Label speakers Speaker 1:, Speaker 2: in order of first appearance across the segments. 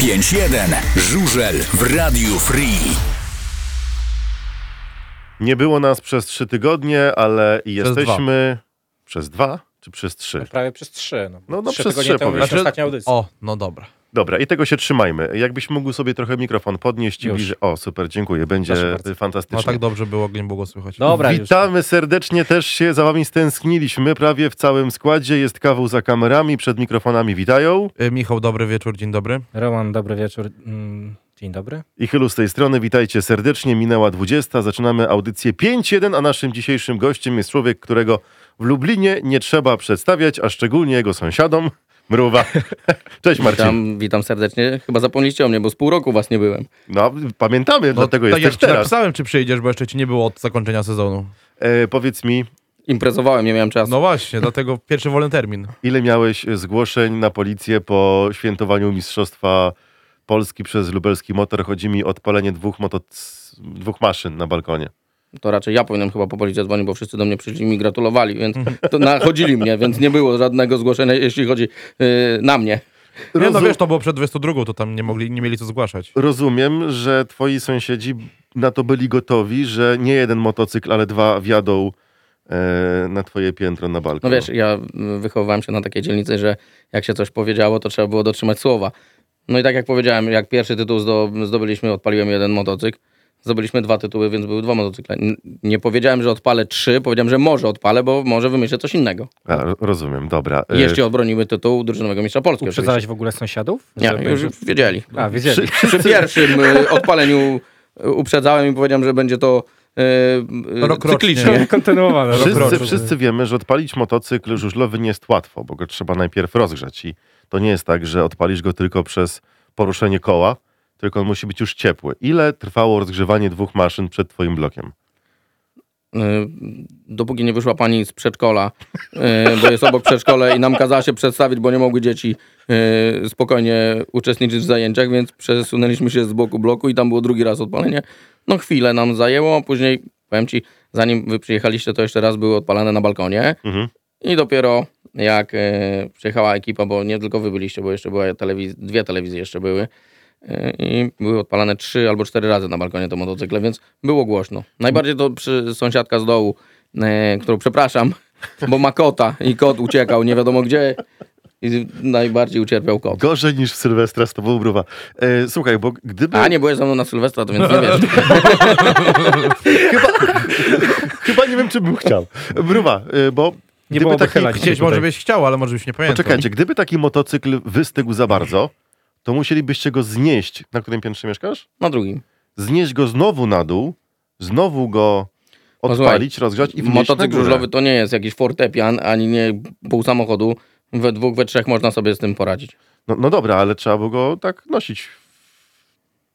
Speaker 1: 5-1. Żurzel w Radiu Free.
Speaker 2: Nie było nas przez trzy tygodnie, ale i
Speaker 3: Przez
Speaker 2: jesteśmy przez dwa czy przez
Speaker 4: No
Speaker 2: trzy?
Speaker 4: prawie przez trzy. No,
Speaker 2: No, no
Speaker 4: trzy
Speaker 2: przez
Speaker 4: tygodnie
Speaker 2: trzy,
Speaker 4: temu
Speaker 2: powiedzmy.
Speaker 4: mieliśmy ostatnią audycję.
Speaker 3: O, no dobra.
Speaker 2: Dobra, i tego się trzymajmy. Jakbyś mógł sobie trochę mikrofon podnieść i
Speaker 4: Już.
Speaker 2: bliżej. O, super, dziękuję.
Speaker 4: Proszę
Speaker 2: Będzie
Speaker 4: bardzo.
Speaker 2: fantastycznie.
Speaker 3: No tak dobrze było, nie było słychać.
Speaker 4: Dobra, już.
Speaker 2: Witamy serdecznie, też się za wami stęskniliśmy prawie w całym składzie. Jest kawał za kamerami, przed mikrofonami witają.
Speaker 3: Y, Michał, dobry wieczór, dzień dobry. No
Speaker 4: Roman, dobry wieczór. Mm, Dzień dobry.
Speaker 2: I chylu z tej strony, witajcie serdecznie. Minęła 20, zaczynamy audycję 5.1, a naszym dzisiejszym gościem jest człowiek, którego w Lublinie nie trzeba przedstawiać, a szczególnie jego sąsiadom. Mruwa. Cześć Marcin.
Speaker 5: Witam, witam serdecznie. Chyba zapomnieliście o mnie, bo z pół roku was nie byłem.
Speaker 2: No, pamiętamy, dlatego
Speaker 3: tak
Speaker 2: jesteś
Speaker 3: jak ci
Speaker 2: teraz.
Speaker 3: napisałem, czy przyjdziesz, bo jeszcze ci nie było od zakończenia sezonu.
Speaker 2: E, powiedz mi,
Speaker 5: Imprezowałem, nie miałem czasu.
Speaker 3: No właśnie, dlatego pierwszy wolny termin.
Speaker 2: ile miałeś zgłoszeń na policję po świętowaniu Mistrzostwa Polski przez lubelski motor? Chodzi mi o odpalenie dwóch, motoc... dwóch maszyn na balkonie.
Speaker 5: To raczej ja powinienem chyba po policji dzwonić, bo wszyscy do mnie przyszli i mi gratulowali, więc to nachodzili mnie, więc nie było żadnego zgłoszenia, jeśli chodzi yy, na mnie.
Speaker 3: Nie, no
Speaker 2: Rozum-
Speaker 3: wiesz, to było przed 22, to tam nie mogli, nie mieli co
Speaker 5: Y,
Speaker 3: zgłaszać.
Speaker 2: Rozumiem, że twoi sąsiedzi na to byli gotowi, że nie jeden motocykl, ale dwa wjadą e, na twoje piętro na
Speaker 5: No
Speaker 2: balkon.
Speaker 5: wiesz, ja y, wychowywałem się na takiej dzielnicy, że jak się coś powiedziało, to trzeba było dotrzymać słowa. No i tak jak powiedziałem, jak pierwszy tytuł zdo, zdobyliśmy, odpaliłem jeden motocykl. Zdobyliśmy dwa tytuły, więc były dwa motocykle. N- Nie powiedziałem, że odpalę trzy, powiedziałem, że może odpalę, bo może wymyślę coś innego.
Speaker 2: A, ro- rozumiem, dobra. E,
Speaker 5: Jeśli obronimy tytuł drużynowego mistrza Polski. oczywiście.
Speaker 4: Uprzedzałeś w ogóle sąsiadów?
Speaker 5: Nie,
Speaker 4: Żeby-
Speaker 5: już wiedzieli.
Speaker 4: A, wiedzieli.
Speaker 5: Przy pierwszym y, odpaleniu y, uprzedzałem i powiedziałem, że będzie to y, y,
Speaker 3: Rok rocznie.
Speaker 5: cyklicznie.
Speaker 4: Kontynuowane. no,
Speaker 2: Wszyscy,
Speaker 3: Rozumiem.
Speaker 2: wszyscy wiemy, że odpalić motocykl żużlowy nie jest łatwo, bo go trzeba najpierw rozgrzać i to nie jest tak, że odpalisz go tylko przez poruszenie koła, tylko on musi być już ciepły. Ile trwało rozgrzewanie dwóch maszyn przed twoim blokiem?
Speaker 5: Y, Dopóki nie wyszła pani z przedszkola, y, bo jest obok przedszkole i nam kazała się przedstawić, bo nie mogły dzieci y, spokojnie uczestniczyć w zajęciach, więc przesunęliśmy się z boku bloku i tam było drugi raz odpalenie. No chwilę nam zajęło, a później, powiem ci, zanim wy przyjechaliście, to jeszcze raz były odpalane na balkonie.
Speaker 2: Mhm.
Speaker 5: I dopiero jak e, przyjechała ekipa, bo nie tylko wy byliście, bo jeszcze była telewiz- dwie telewizje jeszcze były e, i były odpalane trzy albo cztery razy na balkonie te motocykle, więc było głośno. Najbardziej to przy sąsiadka z dołu, e, którą przepraszam, bo ma kota i kot uciekał nie wiadomo gdzie i najbardziej ucierpiał kot.
Speaker 2: Gorzej niż w Sylwestra z tobą bruwa. E, słuchaj, bo gdyby...
Speaker 5: A nie, byłeś ze mną na Sylwestra, to więc nie wiesz.
Speaker 2: Chyba nie wiem, czy bym chciał. Bruwa, y, bo
Speaker 4: Nie
Speaker 2: gdyby
Speaker 4: było
Speaker 2: taki,
Speaker 4: wychylać.
Speaker 3: Chcieć może
Speaker 4: tutaj.
Speaker 3: byś chciał, ale może byś nie pamiętał.
Speaker 2: Poczekajcie, gdyby taki motocykl wystygł za bardzo, to musielibyście go znieść. Na którym piętrze mieszkasz?
Speaker 5: Na drugim.
Speaker 2: Znieść go znowu na dół, znowu go odpalić, rozgrzać i wnieść
Speaker 5: No Motocykl
Speaker 2: na górę.
Speaker 5: żużlowy to nie jest jakiś fortepian, ani nie pół samochodu. We dwóch, we trzech można sobie z tym poradzić.
Speaker 2: No, no dobra, ale trzeba było go tak nosić w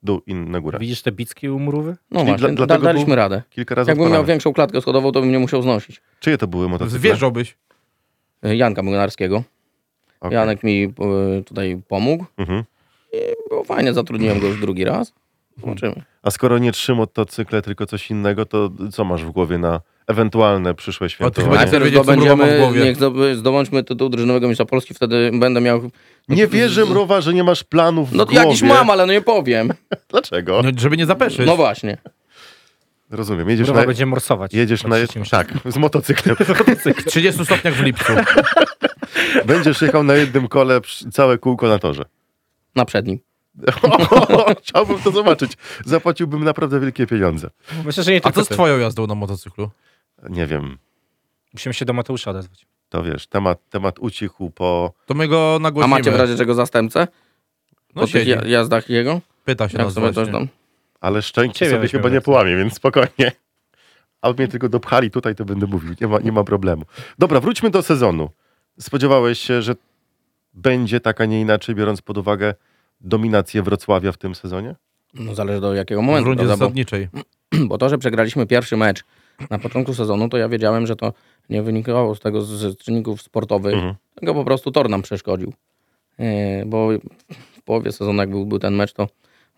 Speaker 2: dół i na górę.
Speaker 4: Widzisz te bicki u mrówy?
Speaker 5: No
Speaker 2: Czyli
Speaker 5: właśnie,
Speaker 2: dla-
Speaker 5: da,
Speaker 2: dlatego
Speaker 5: daliśmy
Speaker 2: był-
Speaker 5: radę.
Speaker 2: Kilka razy
Speaker 5: Jakbym miał
Speaker 2: odpalane.
Speaker 5: większą klatkę schodową, to bym nie musiał znosić.
Speaker 2: Czyje to były motocykle?
Speaker 3: Zwierzałbyś.
Speaker 5: Y, Janka Młynarskiego.
Speaker 2: Okej.
Speaker 5: Janek mi y, tutaj pomógł.
Speaker 2: Mhm.
Speaker 5: Było fajnie, zatrudniłem go już drugi raz. Zobaczymy.
Speaker 2: A skoro nie trzy motocykle, tylko coś innego, to co masz w głowie na ewentualne przyszłe święto?
Speaker 3: chyba nie
Speaker 5: Najpierw
Speaker 3: wiedzieć, co Mruwa ma w
Speaker 5: zdobędziemy,
Speaker 3: głowie.
Speaker 5: niech zdo- zdobądźmy tytuł drużynowego mistrza Polski, wtedy będę miał...
Speaker 2: nie wierzę, Mrowa, że nie masz planów w
Speaker 5: No to
Speaker 2: głowie.
Speaker 5: jakiś mam, ale no nie powiem.
Speaker 2: Dlaczego?
Speaker 3: No, żeby nie zapeszyć.
Speaker 5: No właśnie.
Speaker 2: Rozumiem, jedziesz
Speaker 4: Mrówa
Speaker 2: na...
Speaker 4: będzie morsować.
Speaker 2: Jedziesz na...
Speaker 4: trzecim
Speaker 2: Tak, z motocyklem.
Speaker 3: W 30 stopniach w lipcu.
Speaker 2: Będziesz jechał na jednym kole przy- całe kółko na torze.
Speaker 5: Na przednim.
Speaker 2: Chciałbym to zobaczyć. Zapłaciłbym naprawdę wielkie pieniądze.
Speaker 4: szczeblu. No, Myślę, że nie
Speaker 3: A
Speaker 4: tylko
Speaker 3: co z
Speaker 4: ty.
Speaker 3: twoją jazdą na motocyklu?
Speaker 2: Nie wiem,
Speaker 4: Musimy się do Mateusza odezwać.
Speaker 2: to wiesz, temat, temat ucichł po...
Speaker 3: To my go
Speaker 5: A
Speaker 3: nagłośnimy.
Speaker 5: macie w razie czego zastępcę? Po
Speaker 3: No
Speaker 5: tych
Speaker 3: siedzi,
Speaker 5: ja- jazdach jego?
Speaker 3: pyta się
Speaker 5: Jak
Speaker 3: nas
Speaker 5: sobie to
Speaker 3: właśnie.
Speaker 5: tam?
Speaker 2: Ale szczęście
Speaker 4: Ciebie
Speaker 2: sobie
Speaker 4: weźmiemy
Speaker 2: chyba nie
Speaker 4: razem.
Speaker 2: połamie, więc spokojnie. Albo mnie tylko dopchali tutaj, to będę mówił. Nie ma, nie ma problemu. Dobra, wróćmy do sezonu. Spodziewałeś się, że będzie tak, a nie inaczej, biorąc pod uwagę dominację Wrocławia w tym sezonie?
Speaker 5: No zależy do jakiego
Speaker 3: W
Speaker 5: momentu,
Speaker 3: rundzie
Speaker 5: prawda? Bo
Speaker 3: zasadniczej.
Speaker 5: bo to, że przegraliśmy pierwszy mecz na początku sezonu, to ja wiedziałem, że to nie wynikało z tego z- z czynników sportowych,
Speaker 2: Mhm.
Speaker 5: tylko po prostu tor nam przeszkodził. Yy, Bo w połowie sezonu, jak był, był ten mecz, to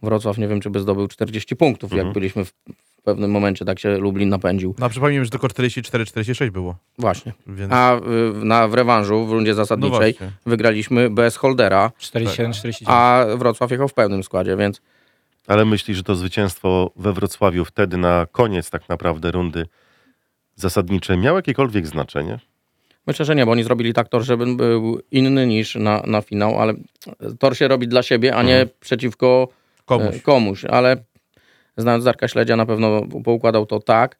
Speaker 5: Wrocław nie wiem, czy by zdobył 40 punktów, jak byliśmy w, w pewnym momencie tak się Lublin napędził.
Speaker 3: No a przypomnijmy, że tylko 44-46 było.
Speaker 5: Właśnie.
Speaker 3: Więc...
Speaker 5: A w, na, w rewanżu, w rundzie
Speaker 3: no
Speaker 5: zasadniczej,
Speaker 3: właśnie.
Speaker 5: wygraliśmy bez Holdera,
Speaker 4: 47, 49.
Speaker 5: a Wrocław jechał w pełnym składzie, więc
Speaker 2: Ale myślisz, że to zwycięstwo we Wrocławiu wtedy na koniec tak naprawdę rundy zasadniczej miało jakiekolwiek znaczenie?
Speaker 5: Myślę, że nie, bo oni zrobili tak tor, żeby był inny niż na, na finał, ale tor się robi dla siebie, a nie przeciwko
Speaker 3: Komuś.
Speaker 5: e, komuś. Ale znając Darka Śledzia, na pewno poukładał to tak.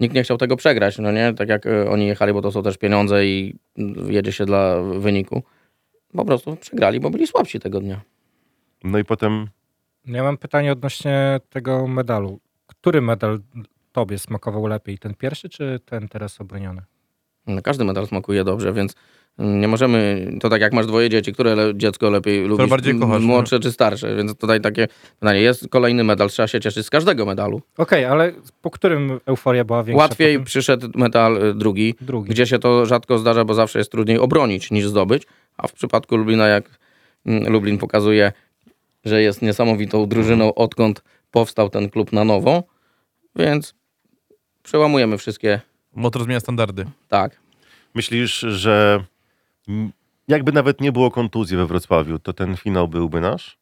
Speaker 5: Nikt nie chciał tego przegrać, no nie? Tak jak e, oni jechali, bo to są też pieniądze i mm, jedzie się dla wyniku. Po prostu przegrali, bo byli słabsi tego dnia.
Speaker 2: No i potem
Speaker 4: No, Ja mam pytanie odnośnie tego medalu. Który medal tobie smakował lepiej? Ten pierwszy czy ten teraz obroniony?
Speaker 5: No, Każdy medal smakuje dobrze, więc mm, nie możemy, to tak jak masz dwoje dzieci, które le, dziecko lepiej lubi,
Speaker 3: bardziej kochasz, no.
Speaker 5: młodsze czy starsze, więc tutaj takie pytanie, jest kolejny medal, trzeba się cieszyć z każdego medalu.
Speaker 4: Okej, ale po którym euforia była większa?
Speaker 5: Łatwiej
Speaker 4: Po tym
Speaker 5: przyszedł metal y, drugi,
Speaker 4: drugi.
Speaker 5: gdzie się to rzadko zdarza, bo zawsze jest trudniej obronić niż zdobyć. A w przypadku Lublina, jak mm, Lublin pokazuje, że jest niesamowitą drużyną, odkąd powstał ten klub na nowo, więc przełamujemy wszystkie.
Speaker 3: Motor zmienia standardy.
Speaker 5: Tak.
Speaker 2: myślisz, że mm, jakby nawet nie było kontuzji we Wrocławiu, to ten finał byłby nasz?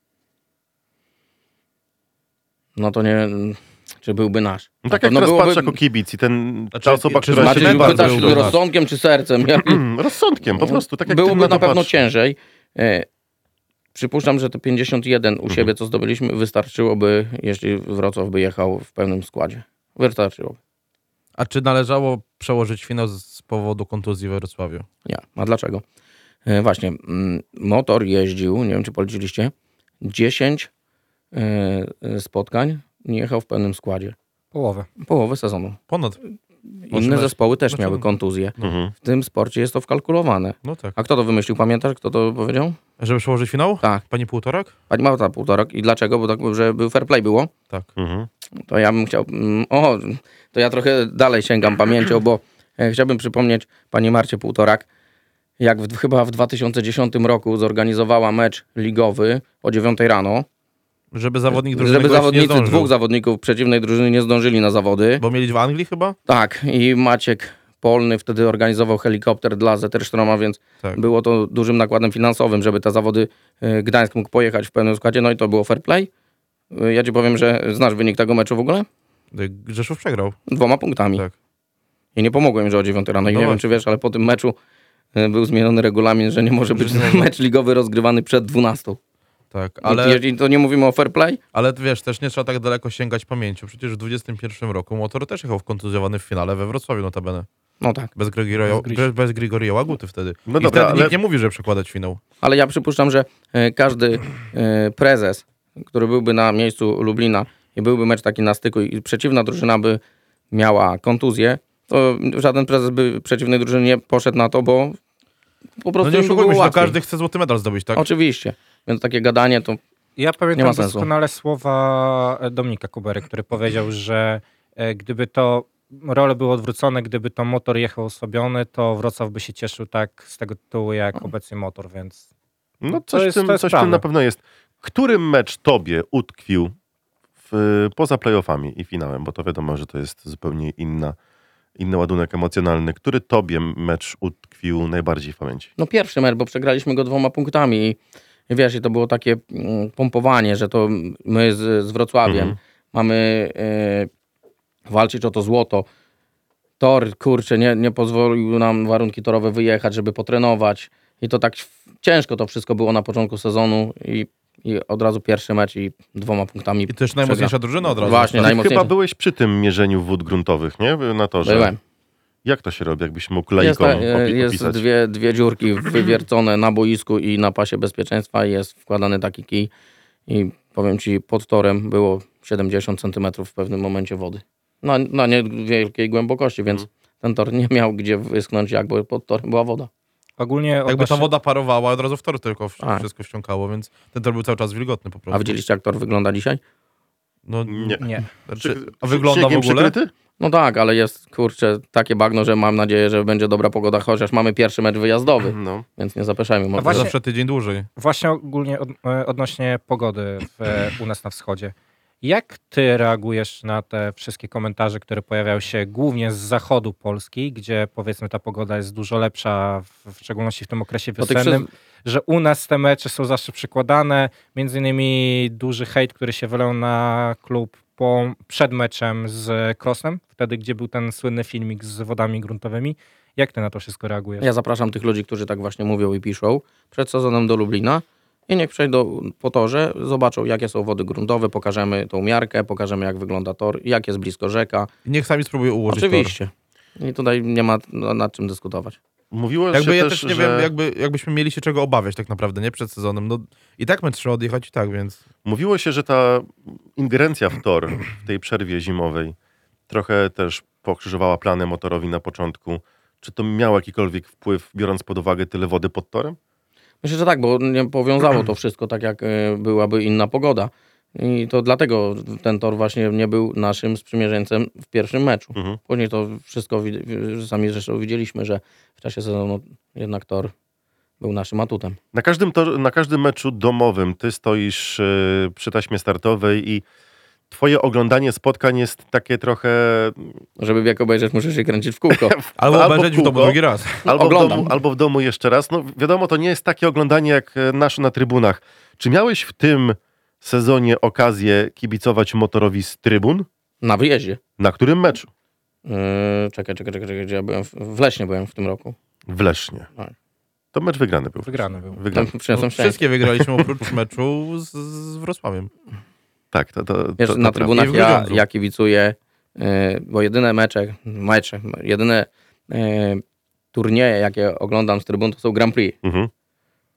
Speaker 5: No to nie. Czy byłby nasz?
Speaker 2: No
Speaker 5: Na
Speaker 2: tak jak
Speaker 5: pewno
Speaker 2: teraz
Speaker 5: byłoby-
Speaker 2: patrzę jako kibic i ten,
Speaker 3: Znaczy,
Speaker 2: ta osoba,
Speaker 3: czy
Speaker 2: która się
Speaker 3: znaczy,
Speaker 5: Znaczy,
Speaker 3: Czyli
Speaker 2: najbardziej...
Speaker 5: pytasz
Speaker 3: bardzo byłby nasz.
Speaker 5: rozsądkiem czy sercem? Ja,
Speaker 2: Mm, Rozsądkiem, po prostu. Tak jak ty
Speaker 5: byłoby
Speaker 2: to
Speaker 5: na pewno
Speaker 2: patrzysz.
Speaker 5: ciężej. E, Przypuszczam, że te 51
Speaker 2: Mhm.
Speaker 5: u siebie, co zdobyliśmy, wystarczyłoby, jeśli Wrocław by jechał w pełnym składzie. Wystarczyłoby.
Speaker 3: A czy należało przełożyć finał z z powodu kontuzji we Wrocławiu?
Speaker 5: Nie. A dlaczego? E, Właśnie, mm, motor jeździł, nie wiem czy policzyliście, 10 e, e, spotkań nie jechał w pełnym składzie.
Speaker 4: Połowę.
Speaker 5: Połowę sezonu.
Speaker 3: Ponad.
Speaker 5: Inne
Speaker 3: Możemy-
Speaker 5: zespoły też
Speaker 3: znaczy-
Speaker 5: miały kontuzję.
Speaker 2: Mhm.
Speaker 5: W tym sporcie jest to wkalkulowane.
Speaker 3: No tak.
Speaker 5: A kto to wymyślił? Pamiętasz, kto to powiedział?
Speaker 3: Żeby przełożyć finał?
Speaker 5: Tak.
Speaker 3: Pani Półtorak?
Speaker 5: Pani Małta Półtorak. I dlaczego? Bo tak, że był fair play było.
Speaker 3: Tak.
Speaker 2: Mhm.
Speaker 5: To ja bym chciał. mm, O, to ja trochę dalej sięgam pamięcią, bo e, chciałbym przypomnieć pani Marcie Półtorak, jak w, chyba w 2010 roku zorganizowała mecz ligowy o 9 rano,
Speaker 3: Żeby zawodnik drużyny
Speaker 5: żeby
Speaker 3: gości nie
Speaker 5: zawodnicy
Speaker 3: zdążył.
Speaker 5: dwóch zawodników przeciwnej drużyny nie zdążyli na zawody.
Speaker 3: Bo mieli w Anglii chyba?
Speaker 5: Tak, i Maciek Polny wtedy organizował helikopter dla ZR Sztroma, więc
Speaker 3: Tak.
Speaker 5: było to dużym nakładem finansowym, żeby te zawody e, Gdańsk mógł pojechać w pełnym składzie, no i to było fair play. E, Ja ci powiem, że znasz wynik tego meczu w ogóle?
Speaker 3: Tak, Grzeszów przegrał.
Speaker 5: Dwoma punktami.
Speaker 3: Tak.
Speaker 5: I nie pomogłem, że o 9 rano. I
Speaker 3: No
Speaker 5: nie wiem,
Speaker 3: właśnie.
Speaker 5: czy wiesz, ale po tym meczu e, był zmieniony regulamin, że nie może być
Speaker 3: nie może.
Speaker 5: mecz ligowy rozgrywany przed 12.
Speaker 3: Tak.
Speaker 5: Ale...
Speaker 3: Ale,
Speaker 5: No, Jeżeli to nie mówimy o fair play,
Speaker 3: ale wiesz, też nie trzeba tak daleko sięgać pamięcią. Przecież w 21 roku motor też jechał kontuzjowany w finale we Wrocławiu notabene.
Speaker 5: no tak.
Speaker 3: Bez, Grigorio, bez,
Speaker 4: Bez Grisi.
Speaker 3: bez, Grigoria Łaguty wtedy.
Speaker 2: No
Speaker 3: I
Speaker 2: dobra,
Speaker 3: wtedy
Speaker 2: ale-
Speaker 3: nikt nie mówi, że przekładać finał.
Speaker 5: Ale ja przypuszczam, że e, każdy e, prezes, który byłby na miejscu Lublina i byłby mecz taki na styku i przeciwna drużyna by miała kontuzję, to żaden prezes by przeciwnej drużyny nie poszedł na to, bo po
Speaker 3: No
Speaker 5: prostu
Speaker 3: nie
Speaker 5: im by było
Speaker 3: oszukujmy się, no
Speaker 5: łatwiej.
Speaker 3: każdy chce złoty medal zdobyć, tak?
Speaker 5: Oczywiście. Więc takie gadanie to
Speaker 4: Ja
Speaker 5: Nie ma
Speaker 4: pamiętam
Speaker 5: sensu.
Speaker 4: doskonale słowa e, Dominika Kubery, który powiedział, że e, gdyby to role były odwrócone, gdyby to motor jechał osłabiony, to Wrocław by się cieszył tak z tego tytułu jak obecnie motor, więc
Speaker 2: No
Speaker 4: To
Speaker 2: coś, w
Speaker 4: jest-
Speaker 2: tym,
Speaker 4: to jest
Speaker 2: coś w tym
Speaker 4: prawda.
Speaker 2: na pewno jest. Który mecz tobie utkwił w, poza playoffami i finałem? Bo to wiadomo, że to jest zupełnie inna, inny ładunek emocjonalny. Który tobie mecz utkwił najbardziej w pamięci?
Speaker 5: No pierwszy mecz, bo przegraliśmy go dwoma punktami i wiesz, i to było takie mm, pompowanie, że to my z, z Wrocławiem
Speaker 2: Mhm.
Speaker 5: mamy e, walczyć o to złoto. Tor, kurczę, nie, nie pozwolił nam warunki torowe wyjechać, żeby potrenować i to tak ciężko to wszystko było na początku sezonu i, i od razu pierwszy mecz i dwoma punktami.
Speaker 3: I też najmocniejsza drużyna od razu.
Speaker 5: Właśnie,
Speaker 3: Tak.
Speaker 5: naj-
Speaker 2: Ty
Speaker 5: najmocniejszy.
Speaker 2: No chyba byłeś przy tym mierzeniu wód gruntowych, nie? Na torze.
Speaker 5: Byłem.
Speaker 2: Jak to się robi, jakbyś mógł
Speaker 5: Jest,
Speaker 2: laikom
Speaker 5: ta- e,
Speaker 2: opi-
Speaker 5: jest
Speaker 2: opisać?
Speaker 5: dwie, dwie dziurki wywiercone na boisku i na pasie bezpieczeństwa i jest wkładany taki kij i powiem Ci, pod torem było 70 centymetrów w pewnym momencie wody. Na, na niewielkiej głębokości, więc ten tor nie miał gdzie wyschnąć, jak bo pod torem była woda.
Speaker 4: ogólnie
Speaker 3: Jakby ta
Speaker 4: odnośnie-
Speaker 3: woda parowała, od razu w tor tylko wsz-
Speaker 5: A.
Speaker 3: wszystko wciągało, więc ten tor był cały czas wilgotny po prostu.
Speaker 5: Tak. A widzieliście, jak tor wygląda dzisiaj?
Speaker 3: No,
Speaker 2: Nie.
Speaker 4: Nie.
Speaker 3: Znaczy, a
Speaker 2: Czy-
Speaker 3: wygląda w
Speaker 2: śniegiem
Speaker 3: ogóle?
Speaker 2: Przykryty?
Speaker 5: No tak, ale jest, kurczę, takie bagno, że mam nadzieję, że będzie dobra pogoda, chociaż mamy pierwszy mecz wyjazdowy,
Speaker 3: Mm,
Speaker 2: No.
Speaker 5: więc nie zapeszajmy. może.
Speaker 4: właśnie-
Speaker 3: Zawsze tydzień dłużej.
Speaker 4: Właśnie ogólnie od, e, odnośnie pogody w, e, u nas na wschodzie. Jak ty reagujesz na te wszystkie komentarze, które pojawiają się głównie z zachodu Polski, gdzie powiedzmy ta pogoda jest dużo lepsza, w, w szczególności w tym okresie
Speaker 5: Po tych
Speaker 4: wiosennym, że u nas te mecze są zawsze przykładane, między innymi duży hejt, który się wylał na klub po, przed meczem z Krosnem, wtedy gdzie był ten słynny filmik z wodami gruntowymi. Jak ty na to wszystko reagujesz?
Speaker 5: Ja zapraszam tych ludzi, którzy tak właśnie mówią i piszą, przed sezonem do Lublina i niech przejdą po torze, zobaczą jakie są wody gruntowe, pokażemy tą miarkę, pokażemy jak wygląda tor, jak jest blisko rzeka.
Speaker 3: I niech sami spróbują ułożyć tor.
Speaker 5: Oczywiście. I tutaj nie ma no, nad czym dyskutować.
Speaker 2: Mówiło
Speaker 3: Jakby
Speaker 2: się
Speaker 3: ja
Speaker 2: też,
Speaker 3: też nie
Speaker 2: że...
Speaker 3: wiem, jakby, jakbyśmy mieli się czego obawiać tak naprawdę, nie? Przed sezonem. No i tak mecz trzeba odjechać i tak, więc...
Speaker 2: Mówiło się, że ta ingerencja w tor w tej przerwie zimowej trochę też pokrzyżowała plany motorowi na początku. Czy to miało jakikolwiek wpływ, biorąc pod uwagę tyle wody pod torem?
Speaker 5: Myślę, że tak, bo nie powiązało to wszystko tak, jak e, byłaby inna pogoda. I to dlatego ten tor właśnie nie był naszym sprzymierzeńcem w pierwszym meczu.
Speaker 2: Mhm.
Speaker 5: Później to wszystko wid- w- sami zresztą widzieliśmy, że w czasie sezonu jednak tor był naszym atutem.
Speaker 2: Na każdym, tor, na każdym meczu domowym ty stoisz yy, przy taśmie startowej i twoje oglądanie spotkań jest takie trochę...
Speaker 5: Żeby jak obejrzeć, musisz się kręcić w kółko.
Speaker 3: Albo,
Speaker 2: Albo
Speaker 3: albo obejrzeć w domu
Speaker 2: kółko.
Speaker 3: drugi raz.
Speaker 2: Albo w,
Speaker 5: Oglądam.
Speaker 2: domu, albo w domu jeszcze raz. No wiadomo, to nie jest takie oglądanie jak e, nasze na trybunach. Czy miałeś w tym sezonie okazję kibicować motorowi z trybun?
Speaker 5: Na wyjeździe.
Speaker 2: Na którym meczu?
Speaker 5: Yy, czekaj, czekaj, czekaj, czekaj, gdzie ja byłem? W, w Leśnie byłem w tym roku.
Speaker 2: W Lesznie.
Speaker 5: Tak.
Speaker 2: To mecz wygrany był.
Speaker 4: Wygrany był.
Speaker 5: Tam
Speaker 2: Wygrany.
Speaker 5: przyniosłem szczęście.
Speaker 3: Wszystkie wygraliśmy oprócz meczu z, z Wrocławiem.
Speaker 2: Tak, to, to,
Speaker 5: Wiesz,
Speaker 2: to, to prawda.
Speaker 5: na trybunach
Speaker 3: I w
Speaker 5: ja,
Speaker 3: Grudziądzu.
Speaker 5: ja kibicuję, yy, bo jedyne mecze, mecze, jedyne yy, turnieje, jakie oglądam z trybun, to są Grand Prix.
Speaker 2: Mhm.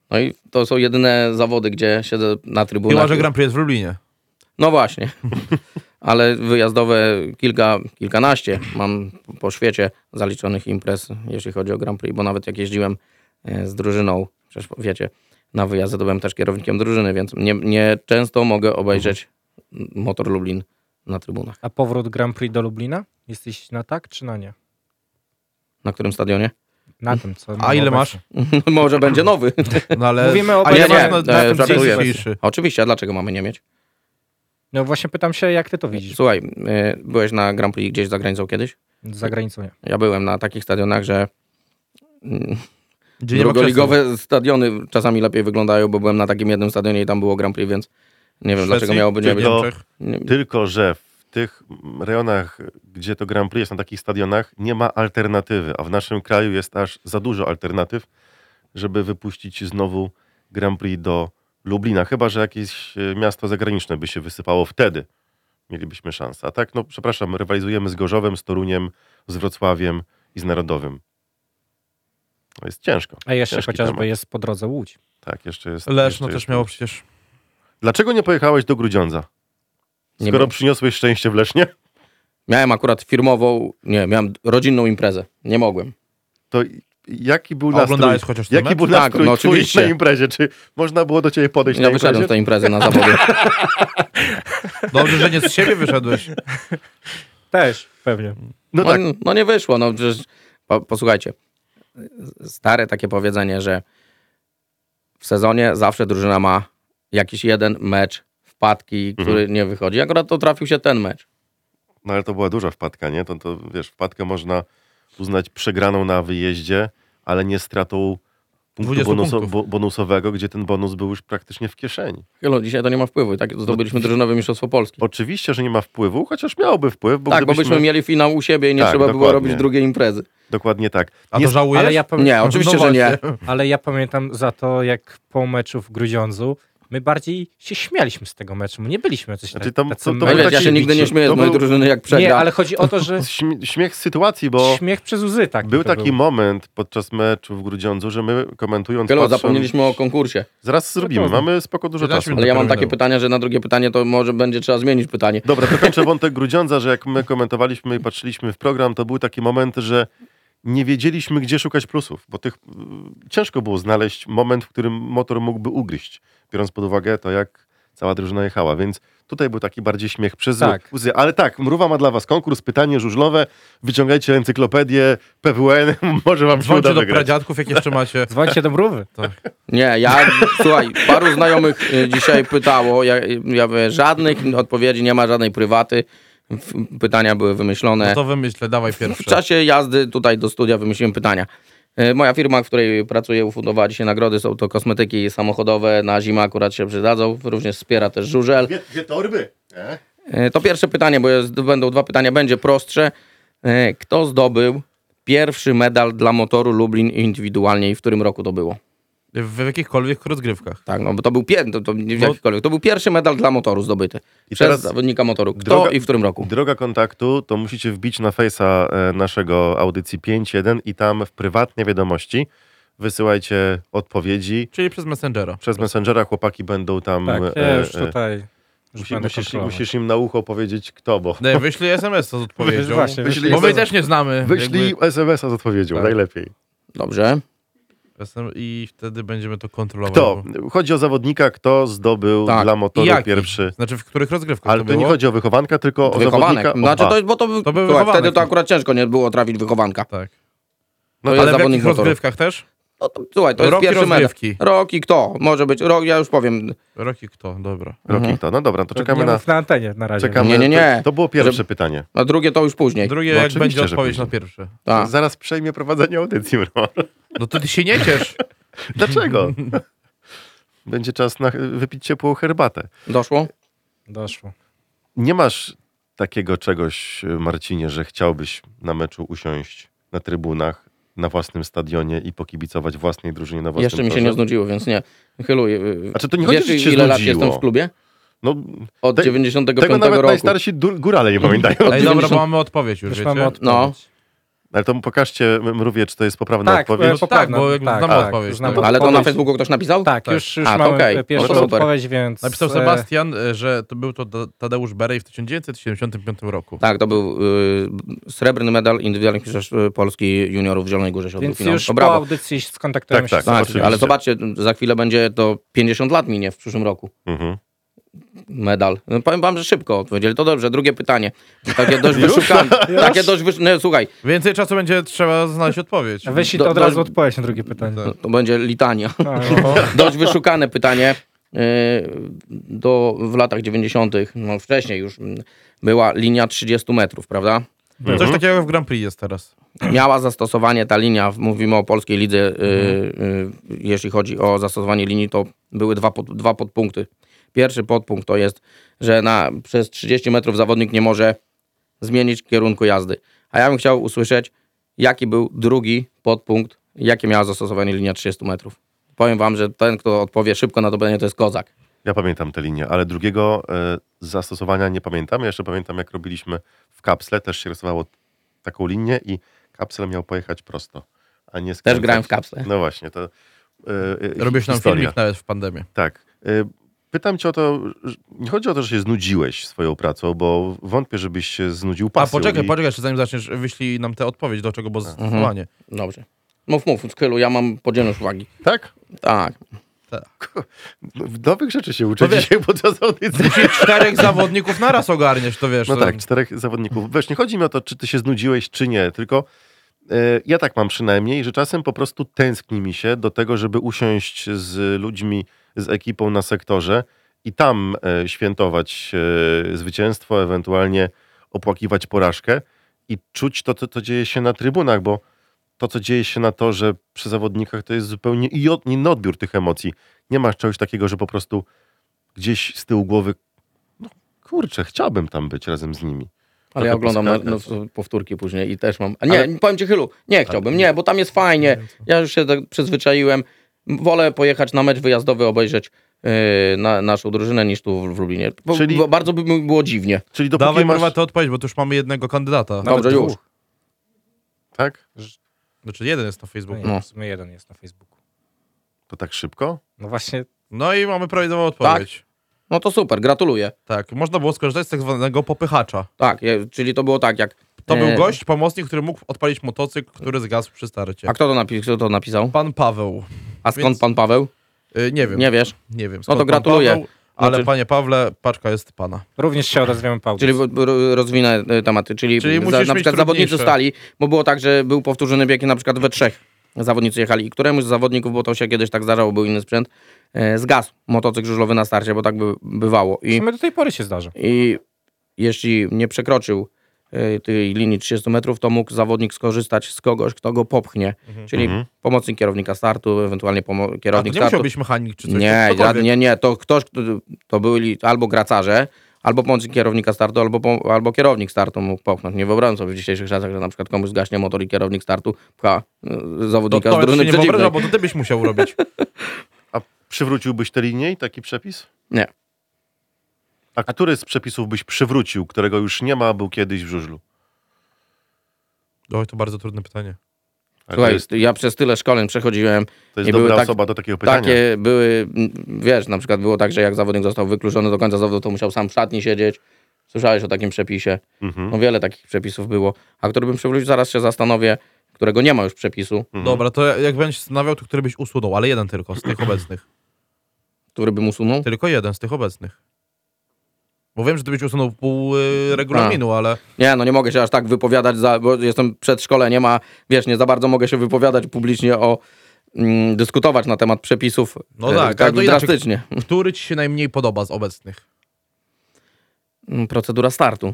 Speaker 5: No i to są jedyne zawody, gdzie siedzę na trybunach.
Speaker 3: Chyba, że Grand Prix jest w Lublinie.
Speaker 5: No właśnie. Ale wyjazdowe kilka, kilkanaście mam po świecie zaliczonych imprez, jeśli chodzi o Grand Prix, bo nawet jak jeździłem e, z drużyną, przecież wiecie, na wyjazdy to byłem też kierownikiem drużyny, więc nie, nie często mogę obejrzeć Motor Lublin na trybunach.
Speaker 4: A powrót Grand Prix do Lublina? Jesteś na tak czy na nie?
Speaker 5: Na którym stadionie?
Speaker 4: Na tym, co
Speaker 3: A
Speaker 4: mamy
Speaker 3: ile
Speaker 4: obecnie.
Speaker 3: masz?
Speaker 5: Może będzie nowy.
Speaker 3: No ale...
Speaker 4: Mówimy o
Speaker 3: A ile
Speaker 5: nie, nie,
Speaker 3: masz na, na
Speaker 5: e,
Speaker 3: tym
Speaker 5: żartuję.
Speaker 3: dzisiejszy?
Speaker 5: Oczywiście, a dlaczego mamy nie mieć?
Speaker 4: No właśnie pytam się, jak ty to widzisz?
Speaker 5: Słuchaj, e, byłeś na Grand Prix gdzieś za granicą kiedyś?
Speaker 4: Za granicą nie.
Speaker 5: Ja byłem na takich stadionach, że
Speaker 3: Gdzie nie ma krzesła.
Speaker 5: Drugoligowe stadiony czasami lepiej wyglądają, bo byłem na takim jednym stadionie i tam było Grand Prix, więc nie wiem dlaczego
Speaker 3: Szwecji,
Speaker 5: miałoby nie
Speaker 3: czy
Speaker 5: być.
Speaker 2: to-
Speaker 3: Niemczech?
Speaker 5: Nie-
Speaker 2: Tylko, że w tych rejonach, gdzie to Grand Prix jest, na takich stadionach, nie ma alternatywy, a w naszym kraju jest aż za dużo alternatyw, żeby wypuścić znowu Grand Prix do Lublina. Chyba, że jakieś e, miasto zagraniczne by się wysypało wtedy. Mielibyśmy szansę. A tak, no przepraszam, rywalizujemy z Gorzowem, z Toruniem, z Wrocławiem i z Narodowym. To jest ciężko.
Speaker 4: A jeszcze
Speaker 2: Ciężki
Speaker 4: chociażby
Speaker 2: temat.
Speaker 4: jest po drodze Łódź.
Speaker 2: Tak, jeszcze jest.
Speaker 3: No, Leszno
Speaker 2: jeszcze
Speaker 3: też
Speaker 2: jest-
Speaker 3: miało przecież...
Speaker 2: Dlaczego nie pojechałeś do Grudziądza?
Speaker 5: Nie
Speaker 2: Skoro
Speaker 5: wiem.
Speaker 2: przyniosłeś szczęście w Lesznie?
Speaker 5: Miałem akurat firmową, nie, miałem rodzinną imprezę. Nie mogłem.
Speaker 2: to i- jaki był
Speaker 3: A
Speaker 2: nastrój?
Speaker 3: oglądałeś chociaż ten
Speaker 2: jaki
Speaker 3: mecz?
Speaker 2: był
Speaker 5: Tak,
Speaker 2: nastrój
Speaker 5: no
Speaker 2: twój
Speaker 5: oczywiście.
Speaker 2: na imprezie? Czy można było do ciebie podejść
Speaker 5: Ja
Speaker 2: na
Speaker 5: wyszedłem
Speaker 2: imprezie?
Speaker 5: z tej imprezy na zawody.
Speaker 3: Dobrze, że nie z siebie wyszedłeś.
Speaker 4: Też, pewnie.
Speaker 2: No
Speaker 5: No,
Speaker 2: tak,
Speaker 5: no nie wyszło, no przecież, po, posłuchajcie, stare takie powiedzenie, że w sezonie zawsze drużyna ma jakiś jeden mecz, wpadki, który
Speaker 2: Mhm.
Speaker 5: nie wychodzi. Akurat to trafił się ten mecz.
Speaker 2: no ale to była duża wpadka, nie? To, to wiesz, wpadkę można uznać przegraną na wyjeździe, ale nie stratą punktu
Speaker 3: 20
Speaker 2: bonuso-
Speaker 3: punktów.
Speaker 2: bo, bonusowego, gdzie ten bonus był już praktycznie w kieszeni.
Speaker 5: Chylo, dzisiaj to nie ma wpływu i tak
Speaker 2: No
Speaker 5: zdobyliśmy drużynowe mistrzostwo Polski.
Speaker 2: Oczywiście, że nie ma wpływu, chociaż miałoby wpływ, bo
Speaker 5: tak,
Speaker 2: gdybyśmy...
Speaker 5: bo byśmy mieli finał u siebie i nie
Speaker 2: Tak,
Speaker 5: trzeba było
Speaker 2: dokładnie.
Speaker 5: robić drugiej imprezy.
Speaker 2: Dokładnie tak.
Speaker 3: A
Speaker 2: Nie
Speaker 3: to żałujesz?
Speaker 4: Ale ja, pamię-
Speaker 5: Nie, oczywiście,
Speaker 3: No
Speaker 5: że nie.
Speaker 4: ale ja pamiętam za to, jak po meczu w Grudziądzu my bardziej się śmialiśmy z tego meczu. My nie byliśmy jacyś
Speaker 2: Znaczy,
Speaker 4: tak-
Speaker 2: to-
Speaker 4: tacy
Speaker 2: to- to
Speaker 4: mega-
Speaker 5: No
Speaker 2: był
Speaker 5: wiesz, ja
Speaker 2: taki No
Speaker 5: się nigdy nie
Speaker 2: bicie.
Speaker 5: śmieję
Speaker 2: To
Speaker 5: z mojej
Speaker 2: był-
Speaker 5: drużyny, jak przegra.
Speaker 4: Nie, ale chodzi o to, że
Speaker 2: śm- Śmiech z sytuacji, bo tak,
Speaker 4: śmiech przez łzy taki
Speaker 2: był
Speaker 4: to
Speaker 2: taki moment podczas meczu w Grudziądzu, że my komentując...
Speaker 5: Chylo,
Speaker 2: patrząc-
Speaker 5: zapomnieliśmy o konkursie.
Speaker 2: Zaraz zrobimy,
Speaker 4: Dokładnie.
Speaker 2: mamy spoko dużo
Speaker 3: 11
Speaker 2: czasu.
Speaker 3: minut.
Speaker 5: Ale ja mam
Speaker 3: Dopiero
Speaker 5: takie
Speaker 3: minęło.
Speaker 5: pytania, że na drugie pytanie to może będzie trzeba zmienić pytanie.
Speaker 2: Dobra, to kończę wątek Grudziądza, że jak my komentowaliśmy i patrzyliśmy w program, to był taki moment, że nie wiedzieliśmy, gdzie szukać plusów, bo tych y, mm, ciężko było znaleźć moment, w którym motor mógłby ugryźć, biorąc pod uwagę to, jak cała drużyna jechała, więc tutaj był taki bardziej śmiech przez
Speaker 4: Tak.
Speaker 2: łzy. Ale tak, Mrówa ma dla was konkurs, pytanie żużlowe, wyciągajcie encyklopedię, PWN, może wam się uda
Speaker 3: Dzwońcie do
Speaker 2: wygrać.
Speaker 3: pradziadków, jak jeszcze macie.
Speaker 4: Dzwońcie do mrówy.
Speaker 2: Tak.
Speaker 5: Nie, ja, słuchaj, paru znajomych y, dzisiaj pytało, ja, ja mówię, żadnych odpowiedzi, nie ma żadnej prywaty, F- pytania były wymyślone.
Speaker 3: No to wymyślę, dawaj
Speaker 5: W
Speaker 3: pierwsze.
Speaker 5: czasie jazdy tutaj do studia wymyśliłem pytania. E, Moja firma, w której pracuję, ufundowała dzisiaj nagrody. Są to kosmetyki samochodowe, na zimę akurat się przydadzą. Również wspiera też żużel.
Speaker 2: Dwie, dwie torby? E?
Speaker 5: E, To pierwsze pytanie, bo jest, będą dwa pytania, będzie prostsze. E, Kto zdobył pierwszy medal dla motoru Lublin indywidualnie i w którym roku to było?
Speaker 3: W jakichkolwiek rozgrywkach.
Speaker 5: Tak, no bo to był, pier- to, to, nie w
Speaker 3: No.
Speaker 5: jakikolwiek. to był pierwszy medal dla motoru zdobyty.
Speaker 2: I
Speaker 5: przez
Speaker 2: teraz-
Speaker 5: zawodnika motoru. Kto
Speaker 2: Droga-
Speaker 5: i w którym roku?
Speaker 2: Droga kontaktu to musicie wbić na fejsa e, naszego audycji 5.1 i tam w prywatne wiadomości wysyłajcie odpowiedzi.
Speaker 3: Czyli przez Messengera.
Speaker 2: Przez Messengera chłopaki będą tam...
Speaker 4: Tak,
Speaker 2: e,
Speaker 4: ja już
Speaker 2: e,
Speaker 4: tutaj już
Speaker 2: musi,
Speaker 4: będę
Speaker 2: musisz,
Speaker 4: kontrolował.
Speaker 2: musisz im na ucho powiedzieć kto, bo...
Speaker 5: No,
Speaker 3: Nie, wyślij SMS z
Speaker 4: Wiesz,
Speaker 3: odpowiedzią.
Speaker 4: właśnie,
Speaker 2: No. Wyślij
Speaker 3: Bo my
Speaker 2: SMS.
Speaker 3: też nie znamy.
Speaker 2: Wyślij
Speaker 3: jakby
Speaker 2: SMS-a z odpowiedzią,
Speaker 3: Tak.
Speaker 2: najlepiej.
Speaker 5: Dobrze.
Speaker 3: SM I wtedy będziemy to kontrolować.
Speaker 2: Kto? Chodzi o zawodnika, kto zdobył
Speaker 5: Tak.
Speaker 2: dla
Speaker 3: I
Speaker 2: motoru
Speaker 3: jaki?
Speaker 2: pierwszy.
Speaker 3: Znaczy, w których rozgrywkach
Speaker 2: Ale
Speaker 3: to
Speaker 2: to
Speaker 3: było?
Speaker 2: nie chodzi o wychowanka, tylko o
Speaker 5: Wychowanek.
Speaker 2: zawodnika. O, tak.
Speaker 5: Znaczy,
Speaker 2: a,
Speaker 5: to, bo to, był-
Speaker 3: To był
Speaker 5: słuchaj,
Speaker 3: wychowanek.
Speaker 5: wtedy to akurat ciężko nie było trafić wychowanka.
Speaker 3: Tak.
Speaker 5: No
Speaker 3: Ale w jakich rozgrywkach też?
Speaker 5: No to, słuchaj, to
Speaker 3: Rok
Speaker 5: jest
Speaker 3: i
Speaker 5: pierwszy medal.
Speaker 3: rozgrywki.
Speaker 5: Rok i kto? Może być, rok, ja już powiem.
Speaker 3: Roki kto? Dobra.
Speaker 2: Rocky to. No dobra, to czekamy
Speaker 4: nie
Speaker 2: na...
Speaker 4: mów na antenie na razie.
Speaker 2: Czekamy.
Speaker 5: Mhm. Nie, nie, nie.
Speaker 2: To, to było pierwsze pytanie.
Speaker 5: A drugie to już później.
Speaker 3: Drugie,
Speaker 2: No
Speaker 3: jak
Speaker 2: oczywiście,
Speaker 3: będzie
Speaker 2: że
Speaker 3: odpowiedź
Speaker 2: później.
Speaker 3: na pierwsze.
Speaker 5: Tak.
Speaker 2: Zaraz przejmie prowadzenie audycji, bro.
Speaker 3: No to ty się nie ciesz.
Speaker 2: Dlaczego? Będzie czas na wypić ciepłą herbatę.
Speaker 5: Doszło?
Speaker 4: Doszło.
Speaker 2: Nie masz takiego czegoś, Marcinie, że chciałbyś na meczu usiąść na trybunach, na własnym stadionie i pokibicować własnej drużynie na własnym
Speaker 5: Jeszcze mi się nie
Speaker 2: torze?
Speaker 5: znudziło, więc nie. Chyluję.
Speaker 2: A czy to nie chodzi,
Speaker 5: Wiesz,
Speaker 2: że ci się
Speaker 5: ile lat
Speaker 2: znudziło?
Speaker 5: jestem w klubie?
Speaker 2: No,
Speaker 5: Od
Speaker 2: Te-
Speaker 5: 95
Speaker 2: tego nawet
Speaker 5: roku.
Speaker 2: najstarsi du- górale nie pamiętają.
Speaker 5: Od
Speaker 3: Ej, dobra,
Speaker 5: 90
Speaker 3: bo mamy odpowiedź już,
Speaker 4: Już
Speaker 3: wiecie?
Speaker 4: mamy odpowiedź.
Speaker 5: No.
Speaker 2: Ale to mu pokażcie, mrówie, czy to jest poprawna
Speaker 4: Tak,
Speaker 5: e,
Speaker 2: odpowiedź.
Speaker 4: po-
Speaker 3: tak,
Speaker 4: poprawna.
Speaker 3: bo jak
Speaker 4: Tak,
Speaker 3: znamy
Speaker 4: tak,
Speaker 3: odpowiedź.
Speaker 4: znamy.
Speaker 3: tak.
Speaker 5: No, Ale to na
Speaker 4: Odpowiedź.
Speaker 5: Facebooku ktoś napisał?
Speaker 4: Tak,
Speaker 3: Tak.
Speaker 4: już, już
Speaker 5: A, to
Speaker 4: mamy
Speaker 5: okej.
Speaker 4: e, pierwszą
Speaker 5: No to super.
Speaker 4: odpowiedź, więc...
Speaker 3: Napisał
Speaker 4: e,
Speaker 3: Sebastian, e, że to był to Da- Tadeusz Berej w 1975 roku.
Speaker 5: Tak, to był y, srebrny medal indywidualny mistrzostw y, Polski juniorów w Zielonej Górze się
Speaker 4: Więc
Speaker 5: odbył
Speaker 4: już
Speaker 5: finał. To
Speaker 4: po
Speaker 5: brawo.
Speaker 4: audycji
Speaker 2: Tak,
Speaker 4: skontaktujemy się
Speaker 2: tak.
Speaker 4: z
Speaker 5: Tak,
Speaker 2: Oczywiście.
Speaker 5: ale zobaczcie, za chwilę będzie to 50 lat minie w przyszłym roku.
Speaker 2: Mhm.
Speaker 5: medal. No, powiem wam, że szybko odpowiedzieli. To dobrze, drugie pytanie. Takie dość wyszukane. Takie dość wysz... Nie, słuchaj,
Speaker 3: Więcej czasu będzie trzeba znaleźć odpowiedź.
Speaker 4: Weź i
Speaker 5: Do-
Speaker 4: to od razu
Speaker 5: do-
Speaker 4: odpowiedź na drugie pytanie. No,
Speaker 5: no, to będzie litania.
Speaker 4: A,
Speaker 5: dość wyszukane pytanie. Yy, Do, w latach 90., no wcześniej już, mm, była linia 30 metrów, prawda?
Speaker 3: Coś takiego w Grand Prix jest teraz.
Speaker 5: Miała zastosowanie ta linia, mówimy o polskiej lidze, yy, yy, jeśli chodzi o zastosowanie linii, to były dwa, pod, dwa podpunkty. Pierwszy podpunkt to jest, że na, przez 30 metrów zawodnik nie może zmienić kierunku jazdy. A ja bym chciał usłyszeć, jaki był drugi podpunkt, jakie miała zastosowanie linia 30 metrów. Powiem wam, że ten, kto odpowie szybko na to pytanie, to jest kozak.
Speaker 2: Ja pamiętam tę linię, ale drugiego e, zastosowania nie pamiętam. Ja jeszcze pamiętam, jak robiliśmy w kapsle, też się rysowało taką linię i kapsel miał pojechać prosto, a nie skręcać.
Speaker 5: grałem w kapsle.
Speaker 2: No właśnie, to e, e,
Speaker 3: Robisz nam
Speaker 2: historia.
Speaker 3: filmik nawet w pandemii.
Speaker 2: Tak. E, Pytam cię o to, że- nie chodzi o to, że się znudziłeś swoją pracą, bo wątpię, żebyś się znudził
Speaker 3: A
Speaker 2: pasją.
Speaker 3: poczekaj,
Speaker 2: i...
Speaker 3: poczekaj, jeszcze zanim zaczniesz, wyślij nam tę odpowiedź, do czego było zastosowanie.
Speaker 5: Dobrze. Mów, mów, Skylu, ja mam podzielność uwagi.
Speaker 2: Tak?
Speaker 5: Tak.
Speaker 2: No, Nowych rzeczy się uczę
Speaker 3: No wiesz-
Speaker 2: dzisiaj podczas audycji.
Speaker 3: Czyli czterech zawodników naraz ogarniesz, to wiesz.
Speaker 2: No
Speaker 3: to-
Speaker 2: tak, czterech zawodników. Wiesz, nie chodzi mi o to, czy ty się znudziłeś, czy nie, tylko e, ja tak mam przynajmniej, że czasem po prostu tęskni mi się do tego, żeby usiąść z ludźmi, z ekipą na sektorze i tam e, świętować e, zwycięstwo, ewentualnie opłakiwać porażkę i czuć to, co co dzieje się na trybunach, bo to, co dzieje się na torze przy zawodnikach, to jest zupełnie i od- inny odbiór tych emocji. Nie masz czegoś takiego, że po prostu gdzieś z tyłu głowy kurczę, chciałbym tam być razem z nimi.
Speaker 5: Ale ja
Speaker 2: Trochę
Speaker 5: oglądam na,
Speaker 2: poskakać.
Speaker 5: no, powtórki później i też mam. A nie,
Speaker 2: Ale-
Speaker 5: powiem ci Chylu, nie chciałbym, nie, bo tam jest fajnie. Ja już się tak przyzwyczaiłem. Wolę pojechać na mecz wyjazdowy, obejrzeć yy, na, naszą drużynę niż tu w, w Lublinie. Bo,
Speaker 2: Czyli-
Speaker 5: bo bardzo by mi było dziwnie.
Speaker 2: Czyli dopóki
Speaker 3: Dawaj,
Speaker 2: masz...
Speaker 3: kurwa, tę odpowiedź, bo tu już mamy jednego kandydata.
Speaker 4: Nawet
Speaker 5: Dobrze, już.
Speaker 4: dwóch.
Speaker 2: Tak?
Speaker 3: Znaczy jeden jest na Facebooku.
Speaker 5: No.
Speaker 4: Nie, w sumie jeden no jest na Facebooku.
Speaker 2: To tak szybko?
Speaker 4: No właśnie,
Speaker 3: No i mamy prawidłową odpowiedź.
Speaker 5: No to super, gratuluję.
Speaker 3: Tak. można było skorzystać z tak zwanego popychacza.
Speaker 5: Tak, je, czyli to było tak jak...
Speaker 3: To
Speaker 5: e,
Speaker 3: był gość, pomocnik, który mógł odpalić motocykl, który zgasł przy starcie.
Speaker 5: A kto to, napi- kto to napisał?
Speaker 3: Pan Paweł.
Speaker 5: A skąd
Speaker 3: Więc-
Speaker 5: pan Paweł?
Speaker 3: Y, nie wiem.
Speaker 5: Nie wiesz.
Speaker 3: Nie wiem.
Speaker 5: No to
Speaker 3: skąd pan
Speaker 5: gratuluję.
Speaker 3: Paweł, Ale
Speaker 5: Znaczy-
Speaker 3: panie Pawle, paczka jest pana.
Speaker 4: Również się rozwijamy po
Speaker 5: Czyli
Speaker 4: audycji.
Speaker 5: w- w- rozwinę e, tematy, czyli,
Speaker 3: Czyli musisz
Speaker 5: za,
Speaker 3: mieć
Speaker 5: na przykład zawodnicy
Speaker 3: trudniejsze.
Speaker 5: stali, bo było tak, że był powtórzony bieg na przykład we trzech zawodnicy jechali i któremuś z zawodników, bo to się kiedyś tak zdarzało, był inny sprzęt, e, zgasł motocykl żużlowy na starcie, bo tak by, bywało.
Speaker 4: W
Speaker 5: I,
Speaker 4: sumie do tej pory się zdarza.
Speaker 5: I jeśli nie przekroczył e, tej linii 30 metrów, to mógł zawodnik skorzystać z kogoś, kto go popchnie,
Speaker 3: Mhm.
Speaker 5: czyli pomocnik kierownika startu, ewentualnie pomo-
Speaker 3: A to
Speaker 5: kierownik
Speaker 3: nie
Speaker 5: startu.
Speaker 3: musiał być mechanik czy coś.
Speaker 5: Nie,
Speaker 3: to
Speaker 5: ja,
Speaker 3: cokolwiek.
Speaker 5: nie, nie, to ktoś, kto- to byli albo gracarze, albo pomocnik kierownika startu, albo, po- albo kierownik startu mógł popchnąć. Nie wyobrażam sobie w dzisiejszych czasach, że na przykład komuś zgaśnie motor i kierownik startu pcha y,
Speaker 3: To,
Speaker 5: zawodnika
Speaker 3: to
Speaker 5: z
Speaker 3: ja ci się
Speaker 5: drużyny
Speaker 3: nie wyobrażam,
Speaker 5: przeciwnej.
Speaker 3: bo to ty byś musiał robić.
Speaker 2: A przywróciłbyś te linie i taki przepis?
Speaker 5: Nie.
Speaker 2: A który z przepisów byś przywrócił, którego już nie ma, a był kiedyś w żużlu?
Speaker 3: Oj, to bardzo trudne pytanie.
Speaker 2: Ale to
Speaker 5: Słuchaj,
Speaker 2: jest,
Speaker 5: ja przez tyle szkoleń przechodziłem,
Speaker 2: to jest
Speaker 5: nie były
Speaker 2: dobra
Speaker 5: tak-
Speaker 2: osoba do takiego pytania.
Speaker 5: Takie były, m, wiesz, na przykład było tak, że jak zawodnik został wykluczony do końca zawodu, to musiał sam w szatni siedzieć. Słyszałeś o takim przepisie.
Speaker 2: Mhm.
Speaker 5: No wiele takich przepisów było. A który bym przywrócił, zaraz się zastanowię, którego nie ma już przepisu,
Speaker 3: Dobra, to jak będziesz stawiał, to który byś usunął, ale jeden tylko z tych obecnych.
Speaker 5: który bym usunął.
Speaker 3: Tylko jeden z tych obecnych. Bo wiem, że ty byś usunął pół y, regulaminu, ale
Speaker 5: Nie, no nie mogę się aż tak wypowiadać, za, bo jestem przed szkoleniem, a wiesz, nie za bardzo mogę się wypowiadać publicznie o mm, dyskutować na temat przepisów
Speaker 3: No
Speaker 5: e,
Speaker 3: tak, ale
Speaker 5: tak
Speaker 3: to inaczej.
Speaker 5: drastycznie.
Speaker 3: który ci się najmniej podoba z obecnych?
Speaker 5: Mm, Procedura startu.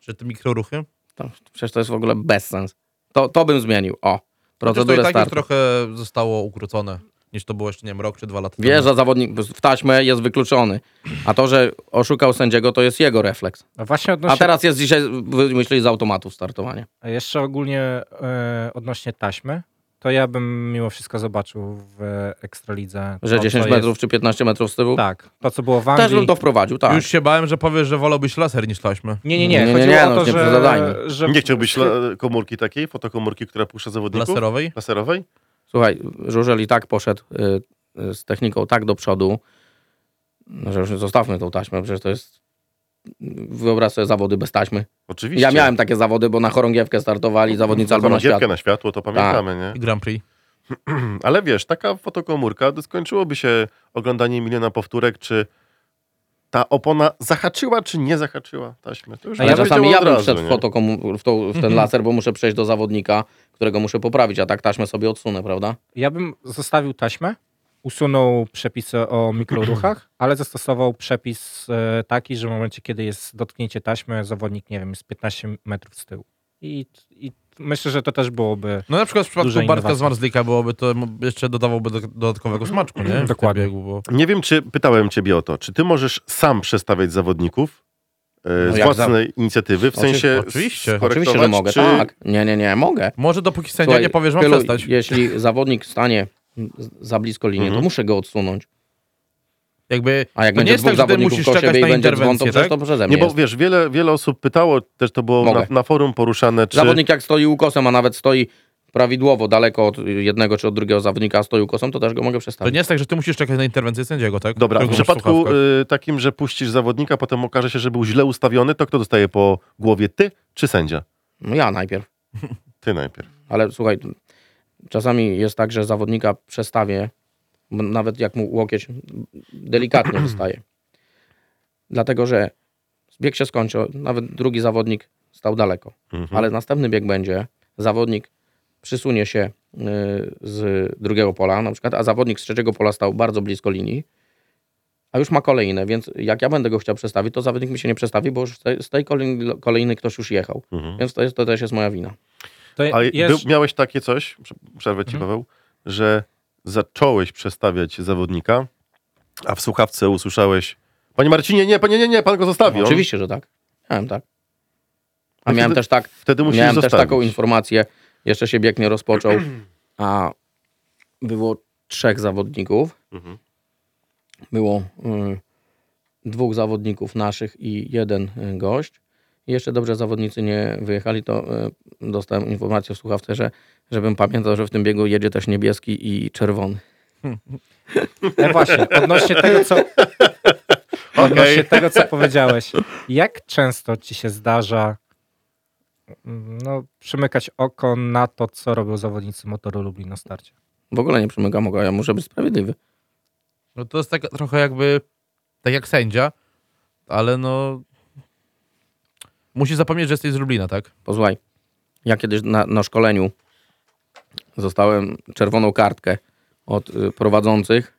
Speaker 3: Czy te mikroruchy?
Speaker 5: To, przecież to jest w ogóle bez sens. To, to bym zmienił. O,
Speaker 3: Chociaż to i
Speaker 5: procedurę
Speaker 3: tak już
Speaker 5: startu.
Speaker 3: trochę zostało ukrócone, niż to było jeszcze, nie wiem, rok czy dwa lata temu.
Speaker 5: Wjeżdża zawodnik w taśmę, jest wykluczony. A to, że oszukał sędziego, to jest jego refleks.
Speaker 4: A No właśnie odnośnie
Speaker 5: A teraz jest dzisiaj, wymyślili z automatów startowanie.
Speaker 4: A jeszcze ogólnie e, odnośnie taśmy, to ja bym mimo wszystko zobaczył w e, Ekstralidze.
Speaker 5: Że
Speaker 3: No,
Speaker 4: to,
Speaker 5: 10
Speaker 4: co
Speaker 5: metrów czy 15 metrów z tyłu.
Speaker 4: Jest, tak, to co było w Anglii.
Speaker 5: Też bym to wprowadził, tak.
Speaker 3: Już się bałem, że powiesz, że wolałbyś laser niż taśmę.
Speaker 4: Nie, nie, nie.
Speaker 5: Nie, nie,
Speaker 4: Chodziło
Speaker 5: nie,
Speaker 4: o
Speaker 5: no,
Speaker 4: to,
Speaker 5: nie
Speaker 4: że,
Speaker 5: przesadzajmy.
Speaker 4: że...
Speaker 2: Nie chciałbyś la- komórki takiej, fotokomórki, która puszcza zawodników?
Speaker 3: Laserowej?
Speaker 2: Laserowej?
Speaker 5: Słuchaj, Żużel i tak poszedł y, y, z techniką tak do przodu, No, że już zostawmy tą taśmę, przecież to jest... Wyobraź sobie zawody bez taśmy.
Speaker 2: Oczywiście.
Speaker 5: Ja miałem takie zawody, bo na chorągiewkę startowali zawodnicy albo na świat. Tak.
Speaker 2: Giewkę na światło, to pamiętamy, nie?
Speaker 3: I Grand Prix.
Speaker 2: Ale wiesz, taka fotokomórka, to skończyłoby się oglądanie miliona powtórek, czy ta opona zahaczyła, czy nie zahaczyła taśmę. To już
Speaker 4: A ja
Speaker 5: Ale ja
Speaker 2: bym
Speaker 5: czasami
Speaker 2: wiedział
Speaker 5: ja
Speaker 2: od
Speaker 5: bym
Speaker 2: razu,
Speaker 5: wszedł w,
Speaker 2: nie? Mhm.
Speaker 5: fotokomu- w, tą, w ten laser, bo muszę przejść do zawodnika, którego muszę poprawić, a tak taśmę sobie odsunę, prawda?
Speaker 4: Ja bym zostawił taśmę, usunął przepisy o mikroruchach, ale zastosował przepis e, taki, że w momencie, kiedy jest dotknięcie taśmy, zawodnik, nie wiem, jest 15 metrów z tyłu. I, i myślę, że to też byłoby...
Speaker 3: No na przykład w przypadku
Speaker 4: Duża
Speaker 3: Bartka z
Speaker 4: innowacja.
Speaker 3: Marzlika byłoby to, m- jeszcze dodawałby do, dodatkowego smaczku, nie? W tym
Speaker 4: Dokładnie.
Speaker 3: Biegu, bo...
Speaker 2: Nie wiem, czy pytałem ciebie o to. Czy ty możesz sam przestawiać zawodników e, z
Speaker 5: No jak
Speaker 2: własnej inicjatywy? W
Speaker 5: Oczy-
Speaker 2: sensie
Speaker 3: oczywiście.
Speaker 2: skorygować,
Speaker 5: Oczywiście, że mogę,
Speaker 2: czy...
Speaker 5: tak. Nie, nie, nie, mogę.
Speaker 3: Może dopóki sędzia
Speaker 5: Słuchaj,
Speaker 3: nie powie, że ma
Speaker 5: Pylu,
Speaker 3: przestać.
Speaker 5: Jeśli zawodnik stanie z- za blisko linii,
Speaker 2: Mhm.
Speaker 5: to muszę go odsunąć.
Speaker 3: Jakby,
Speaker 5: A
Speaker 3: to nie
Speaker 5: jak będzie
Speaker 3: jest tak,
Speaker 5: dwóch
Speaker 3: że ty
Speaker 5: zawodników
Speaker 3: musisz
Speaker 5: koło
Speaker 3: czekać
Speaker 5: siebie i
Speaker 3: na
Speaker 5: będzie dzwon, to
Speaker 3: interwencję,
Speaker 5: przecież
Speaker 3: tak?
Speaker 5: to przeze mnie
Speaker 2: Nie, bo
Speaker 5: jest.
Speaker 2: wiesz, wiele, wiele osób pytało, też to było na,
Speaker 5: Mogę.
Speaker 2: na forum poruszane, czy...
Speaker 5: Zawodnik jak stoi ukosem, a nawet stoi prawidłowo daleko od jednego czy od drugiego zawodnika, a stoi ukosem, to też go mogę
Speaker 3: To
Speaker 5: przestawić.
Speaker 3: nie jest tak, że ty musisz czekać na interwencję sędziego, tak?
Speaker 2: Dobra, w
Speaker 3: Którego masz
Speaker 2: przypadku
Speaker 3: słuchawkach.
Speaker 2: y, takim, że puścisz zawodnika, potem okaże się, że był źle ustawiony, to kto dostaje po głowie, ty czy sędzia?
Speaker 5: No ja najpierw.
Speaker 2: Ty najpierw.
Speaker 5: Ale słuchaj, czasami jest tak, że zawodnika przestawię, m- nawet jak mu łokieć delikatnie wystaje. Dlatego, że bieg się skończył, nawet drugi zawodnik stał daleko.
Speaker 2: Mhm.
Speaker 5: Ale następny bieg będzie, zawodnik przysunie się y, z drugiego pola na przykład, a zawodnik z trzeciego pola stał bardzo blisko linii, a już ma kolejne, więc jak ja będę go chciał przestawić, to zawodnik mi się nie przestawi, bo już z tej, z tej kolei- kolejny ktoś już jechał.
Speaker 2: Mhm.
Speaker 5: Więc to, jest, to też jest moja wina.
Speaker 4: To
Speaker 2: A
Speaker 4: jest...
Speaker 2: był, miałeś takie coś, prze- przerwę ci
Speaker 3: Mhm.
Speaker 2: Paweł, że zacząłeś przestawiać zawodnika, a w słuchawce usłyszałeś Panie Marcinie, nie, panie, nie, nie, pan go zostawił.
Speaker 5: Oczywiście, że tak. Miałem tak. A
Speaker 2: No
Speaker 5: miałem
Speaker 2: wtedy-
Speaker 5: też tak,
Speaker 2: Wtedy musisz
Speaker 5: miałem też
Speaker 2: zostawić.
Speaker 5: taką informację, jeszcze się bieg nie rozpoczął, a było trzech zawodników.
Speaker 2: Mhm.
Speaker 5: Było y, dwóch zawodników naszych i jeden y, gość. I jeszcze dobrze zawodnicy nie wyjechali, to y, dostałem informację w słuchawce, że żebym pamiętał, że w tym biegu jedzie też niebieski i czerwony.
Speaker 4: E, właśnie, odnośnie tego, co... Odnośnie
Speaker 2: Okej.
Speaker 4: tego, co powiedziałeś. Jak często ci się zdarza mm, no, przymykać oko na to, co robią zawodnicy motoru Lublin na starcie?
Speaker 5: W ogóle nie przymykam oka, ja muszę być sprawiedliwy.
Speaker 3: No to jest tak trochę jakby tak jak sędzia, ale no... Musisz zapomnieć, że jesteś z Lublina, tak?
Speaker 5: Posłuchaj, ja kiedyś na, na szkoleniu zostałem czerwoną kartkę od y, prowadzących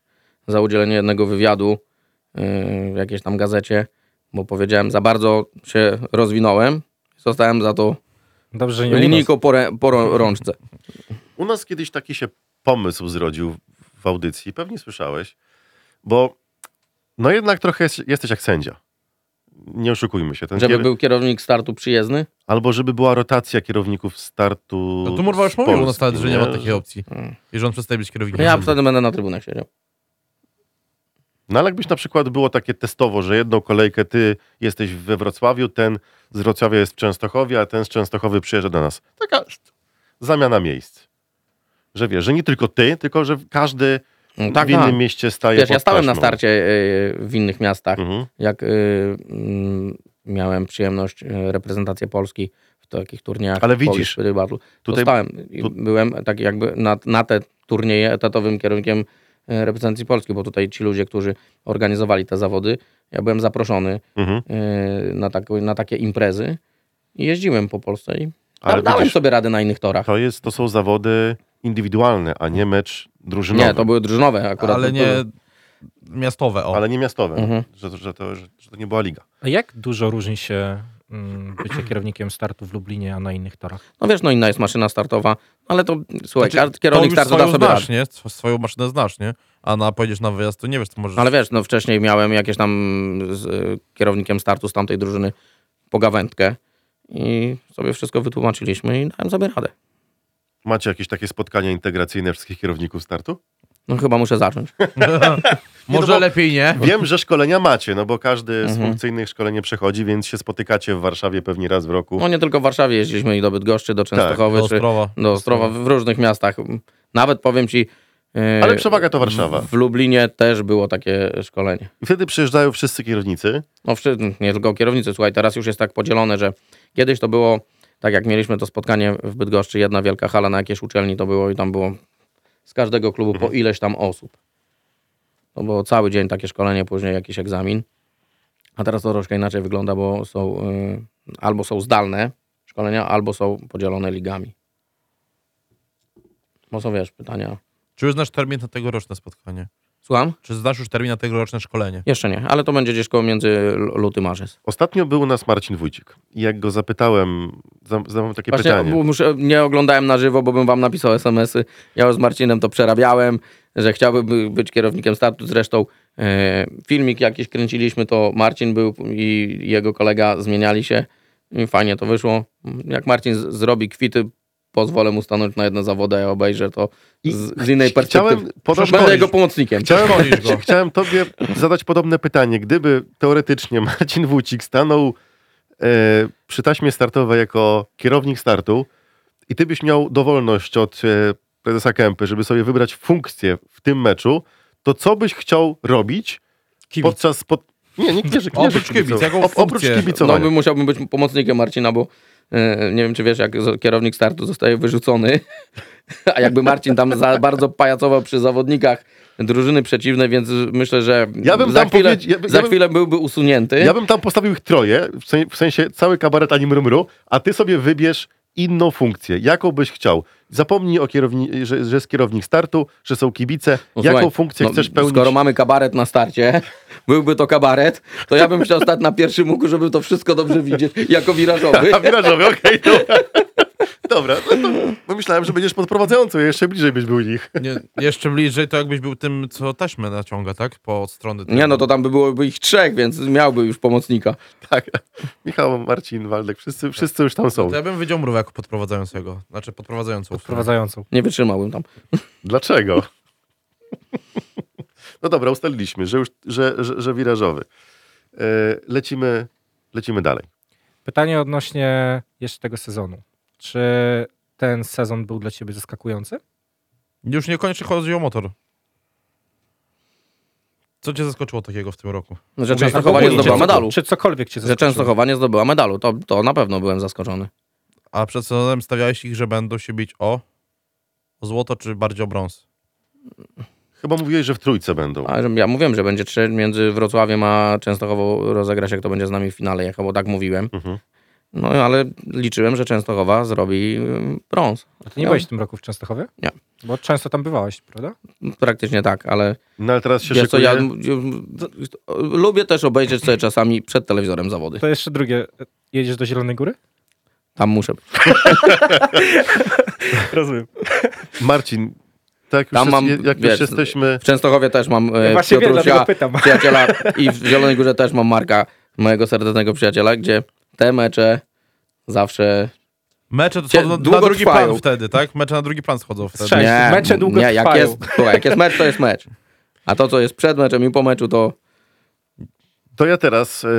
Speaker 5: za udzielenie jednego wywiadu y, w jakiejś tam gazecie, bo powiedziałem, za bardzo się rozwinąłem. Zostałem za to
Speaker 4: Dobrze, że nie u nas.
Speaker 5: linijką po, rę, po rą- rączce.
Speaker 2: U nas kiedyś taki się pomysł zrodził w audycji, pewnie słyszałeś, bo no jednak trochę jest, jesteś jak sędzia. Nie oszukujmy się. Ten
Speaker 5: Żeby
Speaker 2: kier-
Speaker 5: był kierownik startu przyjezdny?
Speaker 2: Albo żeby była rotacja kierowników startu.
Speaker 3: No tu Murwa już
Speaker 2: z
Speaker 3: mówił u nas
Speaker 2: Polski,
Speaker 3: nawet, że nie ma takiej
Speaker 2: Że-
Speaker 3: opcji. I że on przestaje być kierownikiem.
Speaker 5: Mm. No Ja
Speaker 2: Mhm.
Speaker 3: rządu.
Speaker 5: wtedy będę na trybunach siedział.
Speaker 2: No ale jakbyś na przykład było takie testowo, że jedną kolejkę ty jesteś we Wrocławiu, ten z Wrocławia jest w Częstochowie, a ten z Częstochowy przyjeżdża do nas. Taka zamiana miejsc. Że wiesz, że nie tylko ty, tylko że każdy
Speaker 5: No, tak,
Speaker 2: w innym
Speaker 5: tak.
Speaker 2: mieście staje
Speaker 5: Wiesz,
Speaker 2: pod
Speaker 5: ja stałem na
Speaker 2: taśmą.
Speaker 5: starcie y, w innych miastach.
Speaker 2: Mhm.
Speaker 5: jak y, mm, miałem przyjemność y, reprezentację Polski w takich turniejach.
Speaker 2: Ale
Speaker 5: Polish
Speaker 2: widzisz,
Speaker 5: Spirit Battle.
Speaker 2: tutaj-
Speaker 5: Tutaj, Dostałem, i
Speaker 2: tu-
Speaker 5: byłem tak jakby na, na te turnieje etatowym kierunkiem y, reprezentacji Polski, bo tutaj ci ludzie, którzy organizowali te zawody, ja byłem zaproszony
Speaker 2: Mhm.
Speaker 5: y, na, tak, na takie imprezy i jeździłem po Polsce i
Speaker 2: Ale
Speaker 5: da- dałem
Speaker 2: widzisz,
Speaker 5: sobie radę na innych torach.
Speaker 2: to, jest, to są zawody indywidualne, a nie mecz drużynowy.
Speaker 5: Nie, to były drużynowe akurat.
Speaker 3: Ale nie miastowe, o.
Speaker 2: Ale nie miastowe,
Speaker 5: Mhm.
Speaker 2: że, że, to, że, że to nie była liga.
Speaker 4: A jak dużo różni się mm, bycie kierownikiem startu w Lublinie, a na innych torach?
Speaker 5: No wiesz, no inna jest maszyna startowa, no ale to słuchaj,
Speaker 3: Znaczy,
Speaker 5: każdy kierownik
Speaker 3: to już
Speaker 5: startu da
Speaker 3: swoją
Speaker 5: sobie radę.
Speaker 3: znasz, nie? Swo- Swoją maszynę znasz, nie? A na pojedziesz na wyjazd, to nie wiesz, to możesz...
Speaker 5: Ale wiesz, no wcześniej miałem jakieś tam z y, kierownikiem startu z tamtej drużyny pogawędkę i sobie wszystko wytłumaczyliśmy i dałem sobie radę.
Speaker 2: Macie jakieś takie spotkania integracyjne wszystkich kierowników startu?
Speaker 5: No chyba muszę zacząć.
Speaker 3: No,
Speaker 5: no
Speaker 3: Może
Speaker 2: bo-
Speaker 3: lepiej nie.
Speaker 2: Wiem, że szkolenia macie, no bo każdy z
Speaker 5: Mhm.
Speaker 2: funkcyjnych szkolenie przechodzi, więc się spotykacie w Warszawie pewnie raz w roku.
Speaker 5: No nie tylko w Warszawie jeździliśmy i do Bydgoszczy, do Częstochowy,
Speaker 3: Tak, Do
Speaker 5: czy
Speaker 3: Ostrowa.
Speaker 5: do Ostrowa, w różnych miastach. Nawet powiem ci... y,
Speaker 2: Ale przewaga to Warszawa.
Speaker 5: W Lublinie też było takie szkolenie.
Speaker 2: I wtedy przyjeżdżają wszyscy kierownicy.
Speaker 5: No wszy- nie tylko kierownicy, słuchaj, teraz już jest tak podzielone, że kiedyś to było, tak jak mieliśmy to spotkanie w Bydgoszczy, jedna wielka hala na jakiejś uczelni to było i tam było z każdego klubu po ileś tam osób. To było cały dzień takie szkolenie, później jakiś egzamin. A teraz to troszkę inaczej wygląda, bo są y, albo są zdalne szkolenia, albo są podzielone ligami. Bo są, wiesz, pytania.
Speaker 3: Czy już znasz termin na tegoroczne spotkanie?
Speaker 5: Słucham?
Speaker 3: Czy znasz już termin na tegoroczne szkolenie?
Speaker 5: Jeszcze nie, ale to będzie gdzieś koło między l- luty, marzec.
Speaker 2: Ostatnio był u nas Marcin Wójcik. I jak go zapytałem, za- zadałem takie
Speaker 5: Właśnie
Speaker 2: pytanie.
Speaker 5: bo muszę, nie oglądałem na żywo, bo bym wam napisał SMS-y. Ja z Marcinem to przerabiałem, że chciałbym by- być kierownikiem startu. Zresztą e, filmik jakiś kręciliśmy, to Marcin był i jego kolega zmieniali się. I fajnie to wyszło. Jak Marcin z- zrobi kwity, pozwolę mu stanąć na jedno zawody, a ja obejrzę to
Speaker 2: I
Speaker 5: z, z innej perspektywy.
Speaker 2: Chciałem, podobno,
Speaker 5: Będę jego pomocnikiem.
Speaker 2: chciałem,
Speaker 3: Szkolisz go.
Speaker 2: chciałem tobie zadać podobne pytanie. Gdyby teoretycznie Marcin Wójcik stanął e, przy taśmie startowej jako kierownik startu i ty byś miał dowolność od e, prezesa Kępy, żeby sobie wybrać funkcję w tym meczu, to co byś chciał robić
Speaker 4: Kibic.
Speaker 2: podczas... Pod... Nie, nie, nie, nie,
Speaker 3: Oprócz kibic,
Speaker 2: kibicowania.
Speaker 3: jaką
Speaker 2: Op- Oprócz
Speaker 3: funkcję?
Speaker 5: No
Speaker 2: kibicowania.
Speaker 5: bym musiałbym być pomocnikiem Marcina, bo e, nie wiem, czy wiesz, jak z- kierownik startu zostaje wyrzucony, a jakby Marcin tam za bardzo pajacował przy zawodnikach drużyny przeciwnej, więc myślę, że
Speaker 2: Ja bym
Speaker 5: za,
Speaker 2: tam
Speaker 5: chwilę,
Speaker 2: powiedzi- ja by-
Speaker 5: za
Speaker 2: ja bym-
Speaker 5: chwilę byłby usunięty.
Speaker 2: Ja bym tam postawił ich troje, w sen- w sensie cały kabaret ani mrumru, a ty sobie wybierz inną funkcję, jaką byś chciał. Zapomnij, o kierowni- że, że jest kierownik startu, że są kibice.
Speaker 5: No
Speaker 2: jaką
Speaker 5: słuchaj,
Speaker 2: funkcję
Speaker 5: no,
Speaker 2: chcesz pełnić?
Speaker 5: Skoro mamy kabaret na starcie, byłby to kabaret, to ja bym chciał stać na pierwszym łuku, żeby to wszystko dobrze widzieć, jako wirażowy.
Speaker 2: A wirażowy, okej, dobra. Dobra, no to no myślałem, że będziesz podprowadzający, jeszcze bliżej byś był nich.
Speaker 3: Nie, jeszcze bliżej to jakbyś był tym, co taśmę naciąga, tak? Po od strony. tej-
Speaker 5: Nie, no to tam by byłoby ich trzech, więc miałby już pomocnika.
Speaker 2: Tak. Michał, Marcin, Waldek, wszyscy, wszyscy już tam są.
Speaker 3: To ja bym wydział mrówę jako podprowadzającego. Znaczy podprowadzającą.
Speaker 4: Prowadzającą.
Speaker 5: Nie wytrzymałbym tam.
Speaker 2: Dlaczego? No dobra, ustaliliśmy, że, już, że, że, że wirażowy. E, Lecimy, lecimy dalej.
Speaker 4: Pytanie odnośnie jeszcze tego sezonu. Czy ten sezon był dla ciebie zaskakujący?
Speaker 3: Już niekoniecznie chodzi o motor. Co cię zaskoczyło takiego w tym roku?
Speaker 5: Że
Speaker 3: Mówię,
Speaker 5: Częstochowa nie
Speaker 3: ogólnie,
Speaker 5: Znaczy, zdobyła
Speaker 4: czy,
Speaker 5: medalu.
Speaker 4: Czy cokolwiek cię
Speaker 5: Że
Speaker 4: zaskoczyło?
Speaker 5: Częstochowa nie zdobyła medalu, to, to na pewno byłem zaskoczony.
Speaker 3: A przed sezonem stawiałeś ich, że będą się bić o, o złoto czy bardziej o brąz?
Speaker 2: Chyba mówiłeś, że w trójce będą.
Speaker 5: A ja mówiłem, że będzie trzy między Wrocławiem a Częstochową rozegra się, kto będzie z nami w finale, jak bo tak mówiłem.
Speaker 2: Mhm.
Speaker 5: No ale liczyłem, że Częstochowa zrobi y, brąz.
Speaker 4: A ty nie
Speaker 5: Ja-
Speaker 4: byłeś w tym roku w Częstochowie?
Speaker 5: No. Nie.
Speaker 4: Bo często tam bywałeś, prawda?
Speaker 5: Praktycznie tak, ale
Speaker 2: No ale teraz się
Speaker 5: wiesz co,
Speaker 2: szykuje...
Speaker 5: ja m- m- lubię też obejrzeć sobie czasami przed telewizorem zawody.
Speaker 4: To jeszcze drugie. Jedziesz do Zielonej Góry?
Speaker 5: Tam muszę być.
Speaker 4: Rozumiem.
Speaker 2: Marcin, tak już,
Speaker 5: Tam
Speaker 2: jest,
Speaker 5: mam,
Speaker 2: jak już
Speaker 5: wiesz,
Speaker 2: jesteśmy...
Speaker 5: W Częstochowie też mam
Speaker 4: Ja
Speaker 5: e,
Speaker 4: właśnie wiem, dlatego
Speaker 5: Piotrusia,
Speaker 4: pytam.
Speaker 5: przyjaciela i w Zielonej Górze też mam Marka, mojego serdecznego przyjaciela, gdzie te mecze zawsze...
Speaker 3: Mecze to
Speaker 5: Cie-
Speaker 3: są na, na
Speaker 5: długo
Speaker 3: drugi
Speaker 5: trwają.
Speaker 3: plan wtedy, tak? Mecze na drugi plan schodzą wtedy.
Speaker 4: Sześć. Mecze długo
Speaker 5: nie, jak
Speaker 4: trwają.
Speaker 5: jest, słuchaj, jak jest mecz, to jest mecz. A to, co jest przed meczem i po meczu, to no-
Speaker 2: To ja teraz e,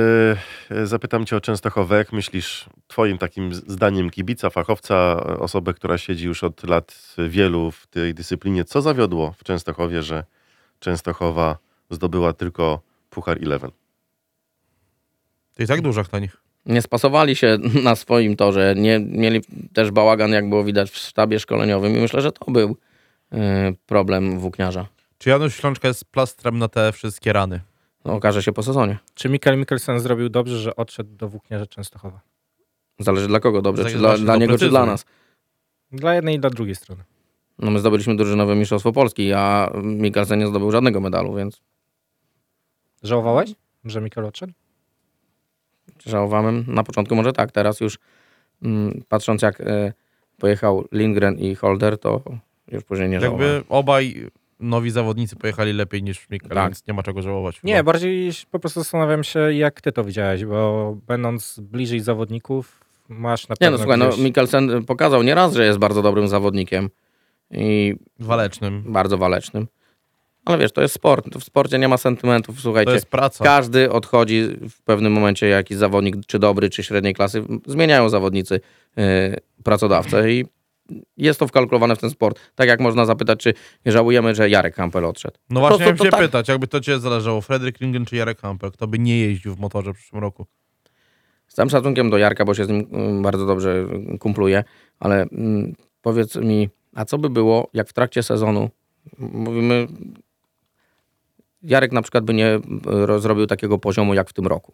Speaker 2: e, zapytam cię o Częstochowę. Jak myślisz, twoim takim z- zdaniem kibica, fachowca, e, osoby, która siedzi już od lat wielu w tej dyscyplinie, co zawiodło w Częstochowie, że Częstochowa zdobyła tylko Puchar Eleven?
Speaker 3: To i tak dużo jak na nich.
Speaker 5: nie spasowali się na swoim torze. Nie, mieli też bałagan, jak było widać w sztabie szkoleniowym i myślę, że to był y, problem włókniarza.
Speaker 3: Czy Janusz Ślączka jest plastrem na te wszystkie rany?
Speaker 5: No, okaże się po sezonie.
Speaker 4: Czy Mikael Mikkelsen zrobił dobrze, że odszedł do włókniarza Częstochowa?
Speaker 5: Zależy dla kogo dobrze,
Speaker 3: Tak,
Speaker 5: czy dla,
Speaker 3: właśnie,
Speaker 5: dla
Speaker 3: to
Speaker 5: niego, czy
Speaker 3: precyzuj.
Speaker 5: dla nas.
Speaker 4: Dla jednej i dla drugiej strony.
Speaker 5: No my zdobyliśmy drużynowe mistrzostwo Polski, a Mikkelsen nie zdobył żadnego medalu, więc
Speaker 4: Żałowałeś, że Mikael odszedł?
Speaker 5: żałowałem. Na początku może tak, teraz już mm, patrząc jak e, pojechał Lindgren i Holder, to już później nie żałowałem.
Speaker 3: Jakby obaj nowi zawodnicy pojechali lepiej niż Mikkel,
Speaker 5: Tak.
Speaker 3: więc nie ma czego żałować. No, chyba.
Speaker 4: Nie, bardziej się- po prostu zastanawiam się, jak ty to widziałeś, bo będąc bliżej zawodników, masz na
Speaker 5: Nie
Speaker 4: pewno
Speaker 3: Tak,
Speaker 5: no słuchaj, no
Speaker 4: gdzieś-
Speaker 5: Mikkelsen pokazał nieraz, że jest bardzo dobrym zawodnikiem i
Speaker 3: Walecznym.
Speaker 5: bardzo walecznym. Ale wiesz, to jest sport. W sporcie nie ma sentymentów,
Speaker 3: To
Speaker 5: słuchajcie.
Speaker 3: jest praca.
Speaker 5: Każdy odchodzi w pewnym momencie, jakiś zawodnik, czy dobry, czy średniej klasy. Zmieniają zawodnicy y, pracodawcę i jest to wkalkulowane w ten sport. Tak jak można zapytać, czy żałujemy, że Jarek Hampel odszedł.
Speaker 3: No
Speaker 5: Po
Speaker 3: właśnie
Speaker 5: prostu
Speaker 3: miałem się
Speaker 5: to tak.
Speaker 3: pytać, jakby to cię zależało, Fredrik Lingen czy Jarek Hampel, kto by nie jeździł w motorze w przyszłym roku?
Speaker 5: Z całym szacunkiem do Jarka, bo się z nim mm, bardzo dobrze mm, kumpluję, ale mm, powiedz mi, a co by było, jak w trakcie sezonu mówimy, Jarek na przykład by nie y, zrobił takiego poziomu jak w tym roku.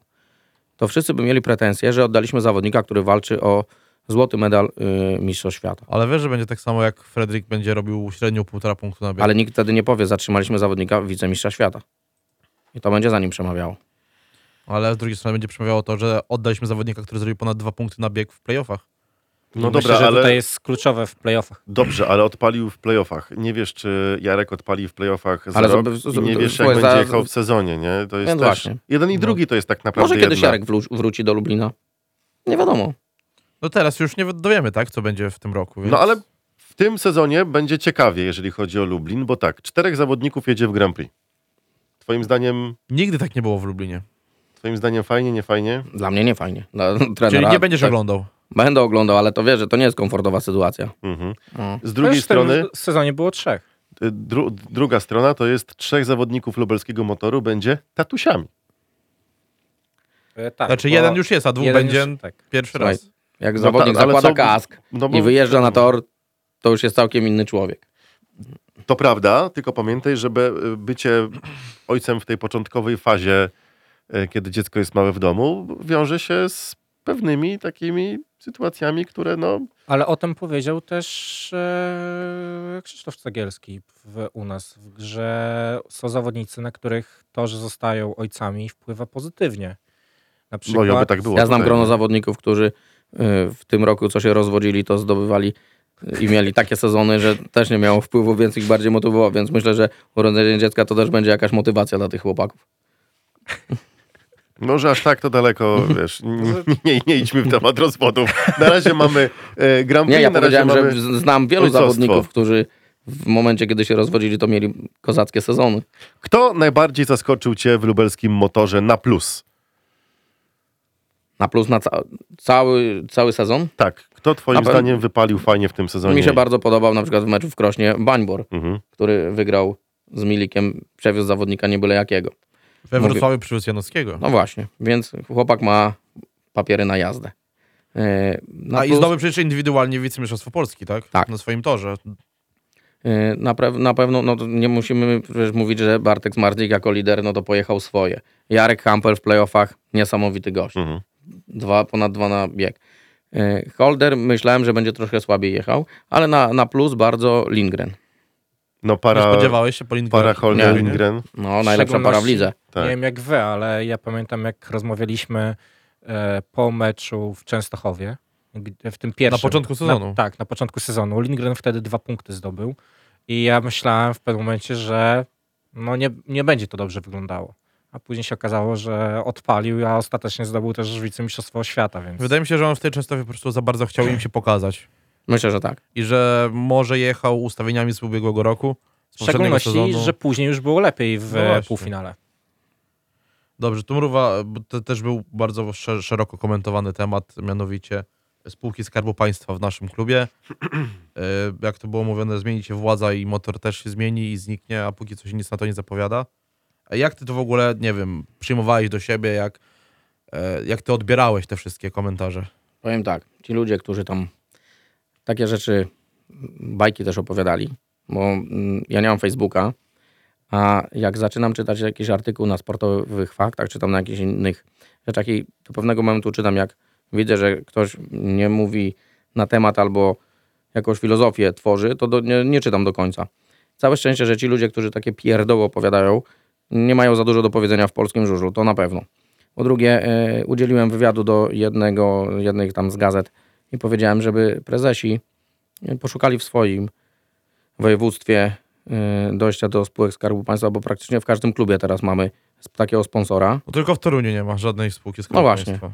Speaker 5: To wszyscy by mieli pretensje, że oddaliśmy zawodnika, który walczy o złoty medal y, Mistrzostw Świata.
Speaker 3: Ale wiesz, że będzie tak samo, jak Fredrik będzie robił średnio półtora punktu na bieg.
Speaker 5: Ale nikt wtedy nie powie, zatrzymaliśmy zawodnika wicemistrza świata. I to będzie za nim przemawiało.
Speaker 3: Ale z drugiej strony będzie przemawiało to, że oddaliśmy zawodnika, który zrobił ponad dwa punkty na bieg w playoffach.
Speaker 2: No
Speaker 4: Myślę,
Speaker 2: dobra,
Speaker 4: że
Speaker 2: ale...
Speaker 4: tutaj jest kluczowe w playoffach.
Speaker 2: Dobrze, ale odpalił w playoffach. Nie wiesz, czy Jarek odpali w playoffach za
Speaker 5: Ale
Speaker 2: rok
Speaker 5: zob-
Speaker 2: i nie
Speaker 5: zob-
Speaker 2: wiesz, jak
Speaker 5: słuchaj,
Speaker 2: będzie
Speaker 5: za-
Speaker 2: jechał w sezonie, nie? To jest
Speaker 5: Więc
Speaker 2: też...
Speaker 5: właśnie. No.
Speaker 2: Jeden i drugi to jest tak naprawdę
Speaker 5: Może kiedyś
Speaker 2: jedna.
Speaker 5: Jarek wló- wróci do Lublina. Nie wiadomo.
Speaker 3: No teraz już nie dowiemy, tak, co będzie w tym roku. Więc...
Speaker 2: No ale w tym sezonie będzie ciekawie, jeżeli chodzi o Lublin, bo tak, czterech zawodników jedzie w Grand Prix. Twoim zdaniem,
Speaker 3: Nigdy tak nie było w Lublinie.
Speaker 2: twoim zdaniem fajnie, nie fajnie?
Speaker 5: Dla mnie nie fajnie. Dla trenera,
Speaker 3: Czyli nie będziesz
Speaker 5: tak,
Speaker 3: oglądał.
Speaker 5: Będę oglądał, ale to wiesz, że to nie jest komfortowa sytuacja.
Speaker 2: Mhm.
Speaker 5: No.
Speaker 2: Z
Speaker 4: Ale
Speaker 2: drugiej
Speaker 4: już w tym
Speaker 2: strony,
Speaker 4: sezonie było trzech.
Speaker 2: y, dru, druga strona to jest trzech zawodników lubelskiego motoru będzie tatusiami.
Speaker 4: E, Tak,
Speaker 3: Znaczy
Speaker 4: bo
Speaker 3: jeden już jest, a dwóch
Speaker 4: jeden
Speaker 3: będzie
Speaker 4: już- tak.
Speaker 3: pierwszy
Speaker 5: Słuchaj,
Speaker 3: raz.
Speaker 5: Jak
Speaker 2: No
Speaker 5: zawodnik
Speaker 2: tak, ale
Speaker 5: zakłada
Speaker 2: co-
Speaker 5: kask
Speaker 2: no
Speaker 5: i
Speaker 2: bo-
Speaker 5: wyjeżdża na tor, to już jest całkiem inny człowiek.
Speaker 2: To prawda, tylko pamiętaj, żeby y, bycie ojcem w tej początkowej fazie, y, kiedy dziecko jest małe w domu, wiąże się z pewnymi takimi sytuacjami, które no,
Speaker 4: Ale o tym powiedział też e, Krzysztof Cegielski w, u nas, w- że są zawodnicy, na których to, że zostają ojcami, wpływa pozytywnie. Na
Speaker 2: no
Speaker 4: przykład,
Speaker 2: i oby tak było.
Speaker 5: Ja znam
Speaker 2: tutaj,
Speaker 5: grono
Speaker 2: no.
Speaker 5: zawodników, którzy y, w tym roku, co się rozwodzili, to zdobywali y, i mieli takie sezony, że też nie miało wpływu, więc ich bardziej motywowało. Więc myślę, że urodzenie dziecka to też będzie jakaś motywacja dla tych chłopaków.
Speaker 2: Może aż tak to daleko, wiesz, nie, nie, nie idźmy w temat rozwodów. Na razie mamy e, Grand Prix,
Speaker 5: Nie, ja
Speaker 2: na razie
Speaker 5: powiedziałem,
Speaker 2: mamy...
Speaker 5: że z- znam wielu
Speaker 2: ojcostwo.
Speaker 5: zawodników, którzy w momencie, kiedy się rozwodzili, to mieli kozackie sezony.
Speaker 2: Kto najbardziej zaskoczył cię w lubelskim motorze na plus?
Speaker 5: Na plus na ca cały, cały sezon.
Speaker 2: Tak, kto twoim
Speaker 5: Na pewno-
Speaker 2: zdaniem wypalił fajnie w tym sezonie?
Speaker 5: Mi się bardzo podobał na przykład w meczu w Krośnie Bańbor,
Speaker 2: No Mhm.
Speaker 5: który wygrał z Milikiem, przewiózł zawodnika nie byle jakiego.
Speaker 3: We
Speaker 5: mówię-
Speaker 3: Wrocławiu przywiózł Janowskiego.
Speaker 5: No właśnie, więc chłopak ma papiery na jazdę. Yy, na
Speaker 3: a i
Speaker 5: plus-
Speaker 3: zdobył przecież indywidualnie wicemistrzostwo Polski, tak?
Speaker 5: Tak.
Speaker 3: Na swoim torze.
Speaker 5: E, Na, pew- na pewno no, to nie musimy przecież mówić, że Bartek Smarzik jako lider no to pojechał swoje. Jarek Hampel w playoffach niesamowity gość.
Speaker 2: Mhm.
Speaker 5: Dwa, ponad dwa na bieg. E, Holder myślałem, że będzie troszkę słabiej jechał, ale na, na plus bardzo Lindgren.
Speaker 2: No
Speaker 3: Nie
Speaker 2: para,
Speaker 3: spodziewałeś się po Lindgren-
Speaker 2: para Holger
Speaker 5: Nie.
Speaker 2: Lindgren.
Speaker 5: No,
Speaker 4: W
Speaker 5: najlepsza para w
Speaker 4: szczególności-
Speaker 5: lidze.
Speaker 2: Tak.
Speaker 4: Nie wiem jak wy, ale ja pamiętam jak rozmawialiśmy e, po meczu w Częstochowie, gdy- w tym pierwszym.
Speaker 3: początku sezonu.
Speaker 4: Na, tak, na początku sezonu. Lindgren wtedy dwa punkty zdobył i ja myślałem w pewnym momencie, że no nie, nie będzie to dobrze wyglądało. A później się okazało, że odpalił, a ostatecznie zdobył też wicemistrzostwo świata, więc...
Speaker 3: Wydaje mi się, że on w tej Częstochowie po prostu za bardzo chciał im się pokazać.
Speaker 5: Myślę, że tak.
Speaker 3: I że może jechał ustawieniami z ubiegłego roku. Z
Speaker 4: w
Speaker 3: poprzedniego
Speaker 4: szczególności,
Speaker 3: sezonu.
Speaker 4: że później już było lepiej w
Speaker 3: No właśnie.
Speaker 4: półfinale.
Speaker 3: Dobrze, tu mruwa, bo to też był bardzo sze- szeroko komentowany temat, mianowicie spółki Skarbu Państwa w naszym klubie. E, Jak to było mówione, zmieni się władza i motor też się zmieni i zniknie, a póki co się nic na to nie zapowiada. A jak ty to w ogóle, nie wiem, przyjmowałeś do siebie, jak, e, jak ty odbierałeś te wszystkie komentarze?
Speaker 5: Powiem tak, ci ludzie, którzy tam takie rzeczy, m, bajki też opowiadali, bo mm, ja nie mam Facebooka, a jak zaczynam czytać jakiś artykuł na sportowych faktach, czy tam na jakichś innych rzeczach i do pewnego momentu czytam, jak widzę, że ktoś nie mówi na temat albo jakąś filozofię tworzy, to do, nie, nie czytam do końca. Całe szczęście, że ci ludzie, którzy takie pierdoły opowiadają, nie mają za dużo do powiedzenia w polskim żużlu, to na pewno. Po drugie, e, udzieliłem wywiadu do jednego, jednej tam z gazet i powiedziałem, żeby prezesi e, poszukali w swoim województwie e, dojścia do spółek Skarbu Państwa, bo praktycznie w każdym klubie teraz mamy sp- takiego sponsora.
Speaker 3: No tylko w Toruniu nie ma żadnej spółki Skarbu
Speaker 5: No właśnie.
Speaker 3: Państwa.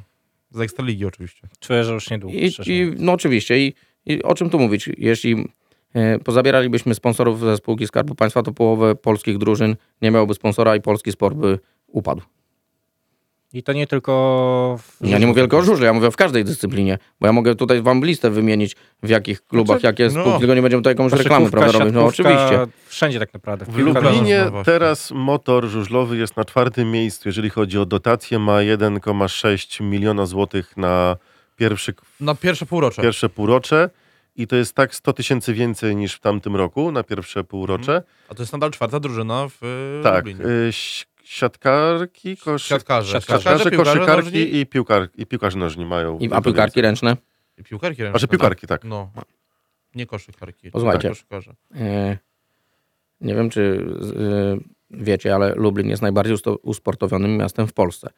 Speaker 3: Z Ekstraligi oczywiście.
Speaker 4: Czuję, że już niedługo.
Speaker 5: I,
Speaker 4: szczerze
Speaker 5: i, no oczywiście, i, i o czym tu mówić? Jeśli e, pozabieralibyśmy sponsorów ze spółki Skarbu Państwa, to połowę polskich drużyn nie miałoby sponsora i polski sport by upadł.
Speaker 4: I to nie tylko. w-
Speaker 5: Ja nie mówię tylko o żużle, ja mówię w każdej dyscyplinie, bo ja mogę tutaj wam listę wymienić, w jakich klubach, jakie
Speaker 3: no.
Speaker 5: spółki, tylko nie będziemy tutaj jakąś
Speaker 4: Koszykówka,
Speaker 5: reklamę prawda, robić. No
Speaker 4: siatkówka,
Speaker 5: oczywiście.
Speaker 4: Wszędzie tak naprawdę.
Speaker 2: W
Speaker 4: Piłka
Speaker 2: Lublinie
Speaker 3: no właśnie.
Speaker 2: teraz motor żużlowy jest na czwartym miejscu, jeżeli chodzi o dotację. Ma 1,6 miliona złotych na pierwszy,
Speaker 3: Na pierwsze półrocze.
Speaker 2: pierwsze półrocze i to jest tak 100 tysięcy więcej niż w tamtym roku na pierwsze półrocze.
Speaker 3: A to jest nadal czwarta drużyna Mhm. w e,
Speaker 2: Tak,
Speaker 3: Lublinie.
Speaker 2: y, si- siatkarki, koszy...
Speaker 3: Siatkarze.
Speaker 4: siatkarze,
Speaker 3: Siatkarze, piłkarze nożni
Speaker 2: koszykarki i, piłkar... i piłkarze nożni mają.
Speaker 5: I, a piłkarki ręczne?
Speaker 3: I piłkarki ręczne.
Speaker 2: Znaczy piłkarki, tak.
Speaker 3: No. Nie Tak. koszykarki.
Speaker 5: Posłuchajcie.
Speaker 3: Koszykarze.
Speaker 5: E, nie wiem, czy e, wiecie, ale Lublin jest najbardziej usto- usportowionym miastem w Polsce.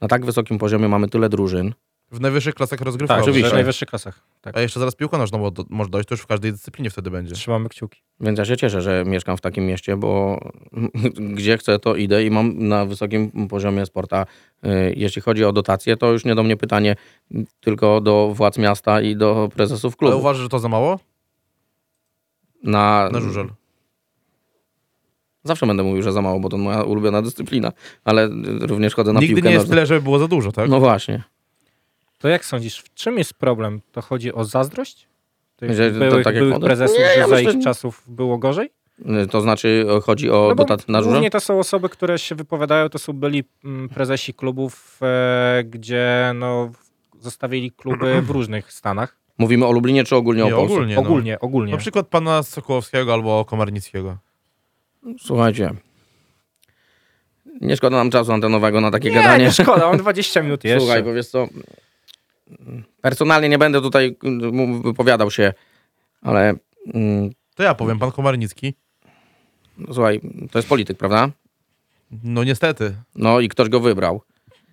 Speaker 5: Na tak wysokim poziomie mamy tyle drużyn.
Speaker 3: W najwyższych klasach
Speaker 4: Tak,
Speaker 3: rozgrywkowych.
Speaker 4: oczywiście.
Speaker 5: oczywiście.
Speaker 4: W najwyższych klasach. Tak.
Speaker 3: A jeszcze zaraz piłka nożna, bo do, może dojść, to już w każdej dyscyplinie wtedy będzie.
Speaker 4: Trzymamy kciuki.
Speaker 5: Więc ja się cieszę, że mieszkam w takim mieście, bo gdzie chcę, to idę i mam na wysokim poziomie sporta. E, Jeśli chodzi o dotacje, to już nie do mnie pytanie, m, tylko do władz miasta i do prezesów
Speaker 3: Ale
Speaker 5: klubów.
Speaker 3: uważasz, że to za mało?
Speaker 5: Na,
Speaker 3: Na żużel.
Speaker 5: Zawsze będę mówił, że za mało, bo to moja ulubiona dyscyplina, ale y, również chodzę na
Speaker 3: Nigdy
Speaker 5: piłkę
Speaker 3: nie jest
Speaker 5: nożną.
Speaker 3: tyle, żeby było za dużo, tak?
Speaker 5: No właśnie.
Speaker 4: To jak sądzisz, w czym jest problem? To chodzi o zazdrość? Tych
Speaker 5: Że to
Speaker 4: byłych,
Speaker 5: tak jak
Speaker 4: byłych
Speaker 5: woda?
Speaker 4: prezesów,
Speaker 5: Nie,
Speaker 4: że
Speaker 5: ja
Speaker 4: za
Speaker 5: myślę,
Speaker 4: ich
Speaker 5: że-
Speaker 4: czasów było gorzej?
Speaker 5: Y, To znaczy y, chodzi o
Speaker 4: No bo
Speaker 5: dotacje na żużel?
Speaker 4: Głównie to są osoby, które się wypowiadają, to są byli mm, prezesi klubów, e, gdzie no, zostawili kluby w różnych stanach.
Speaker 5: Mówimy o Lublinie czy ogólnie
Speaker 3: Nie,
Speaker 5: o Polsce?
Speaker 3: ogólnie.
Speaker 4: ogólnie,
Speaker 3: No.
Speaker 4: ogólnie.
Speaker 3: Na przykład pana Sokołowskiego albo Komarnickiego.
Speaker 5: Słuchajcie, nie szkoda nam czasu antenowego na takie
Speaker 4: nie,
Speaker 5: gadanie.
Speaker 4: nie, szkoda, on 20 minut jeszcze.
Speaker 5: Słuchaj, powiesz co, personalnie nie będę tutaj mm, mu- wypowiadał się, ale mm,
Speaker 3: To ja powiem, pan Komarnicki.
Speaker 5: no, słuchaj, to jest polityk, prawda?
Speaker 3: No niestety.
Speaker 5: No i ktoś go wybrał.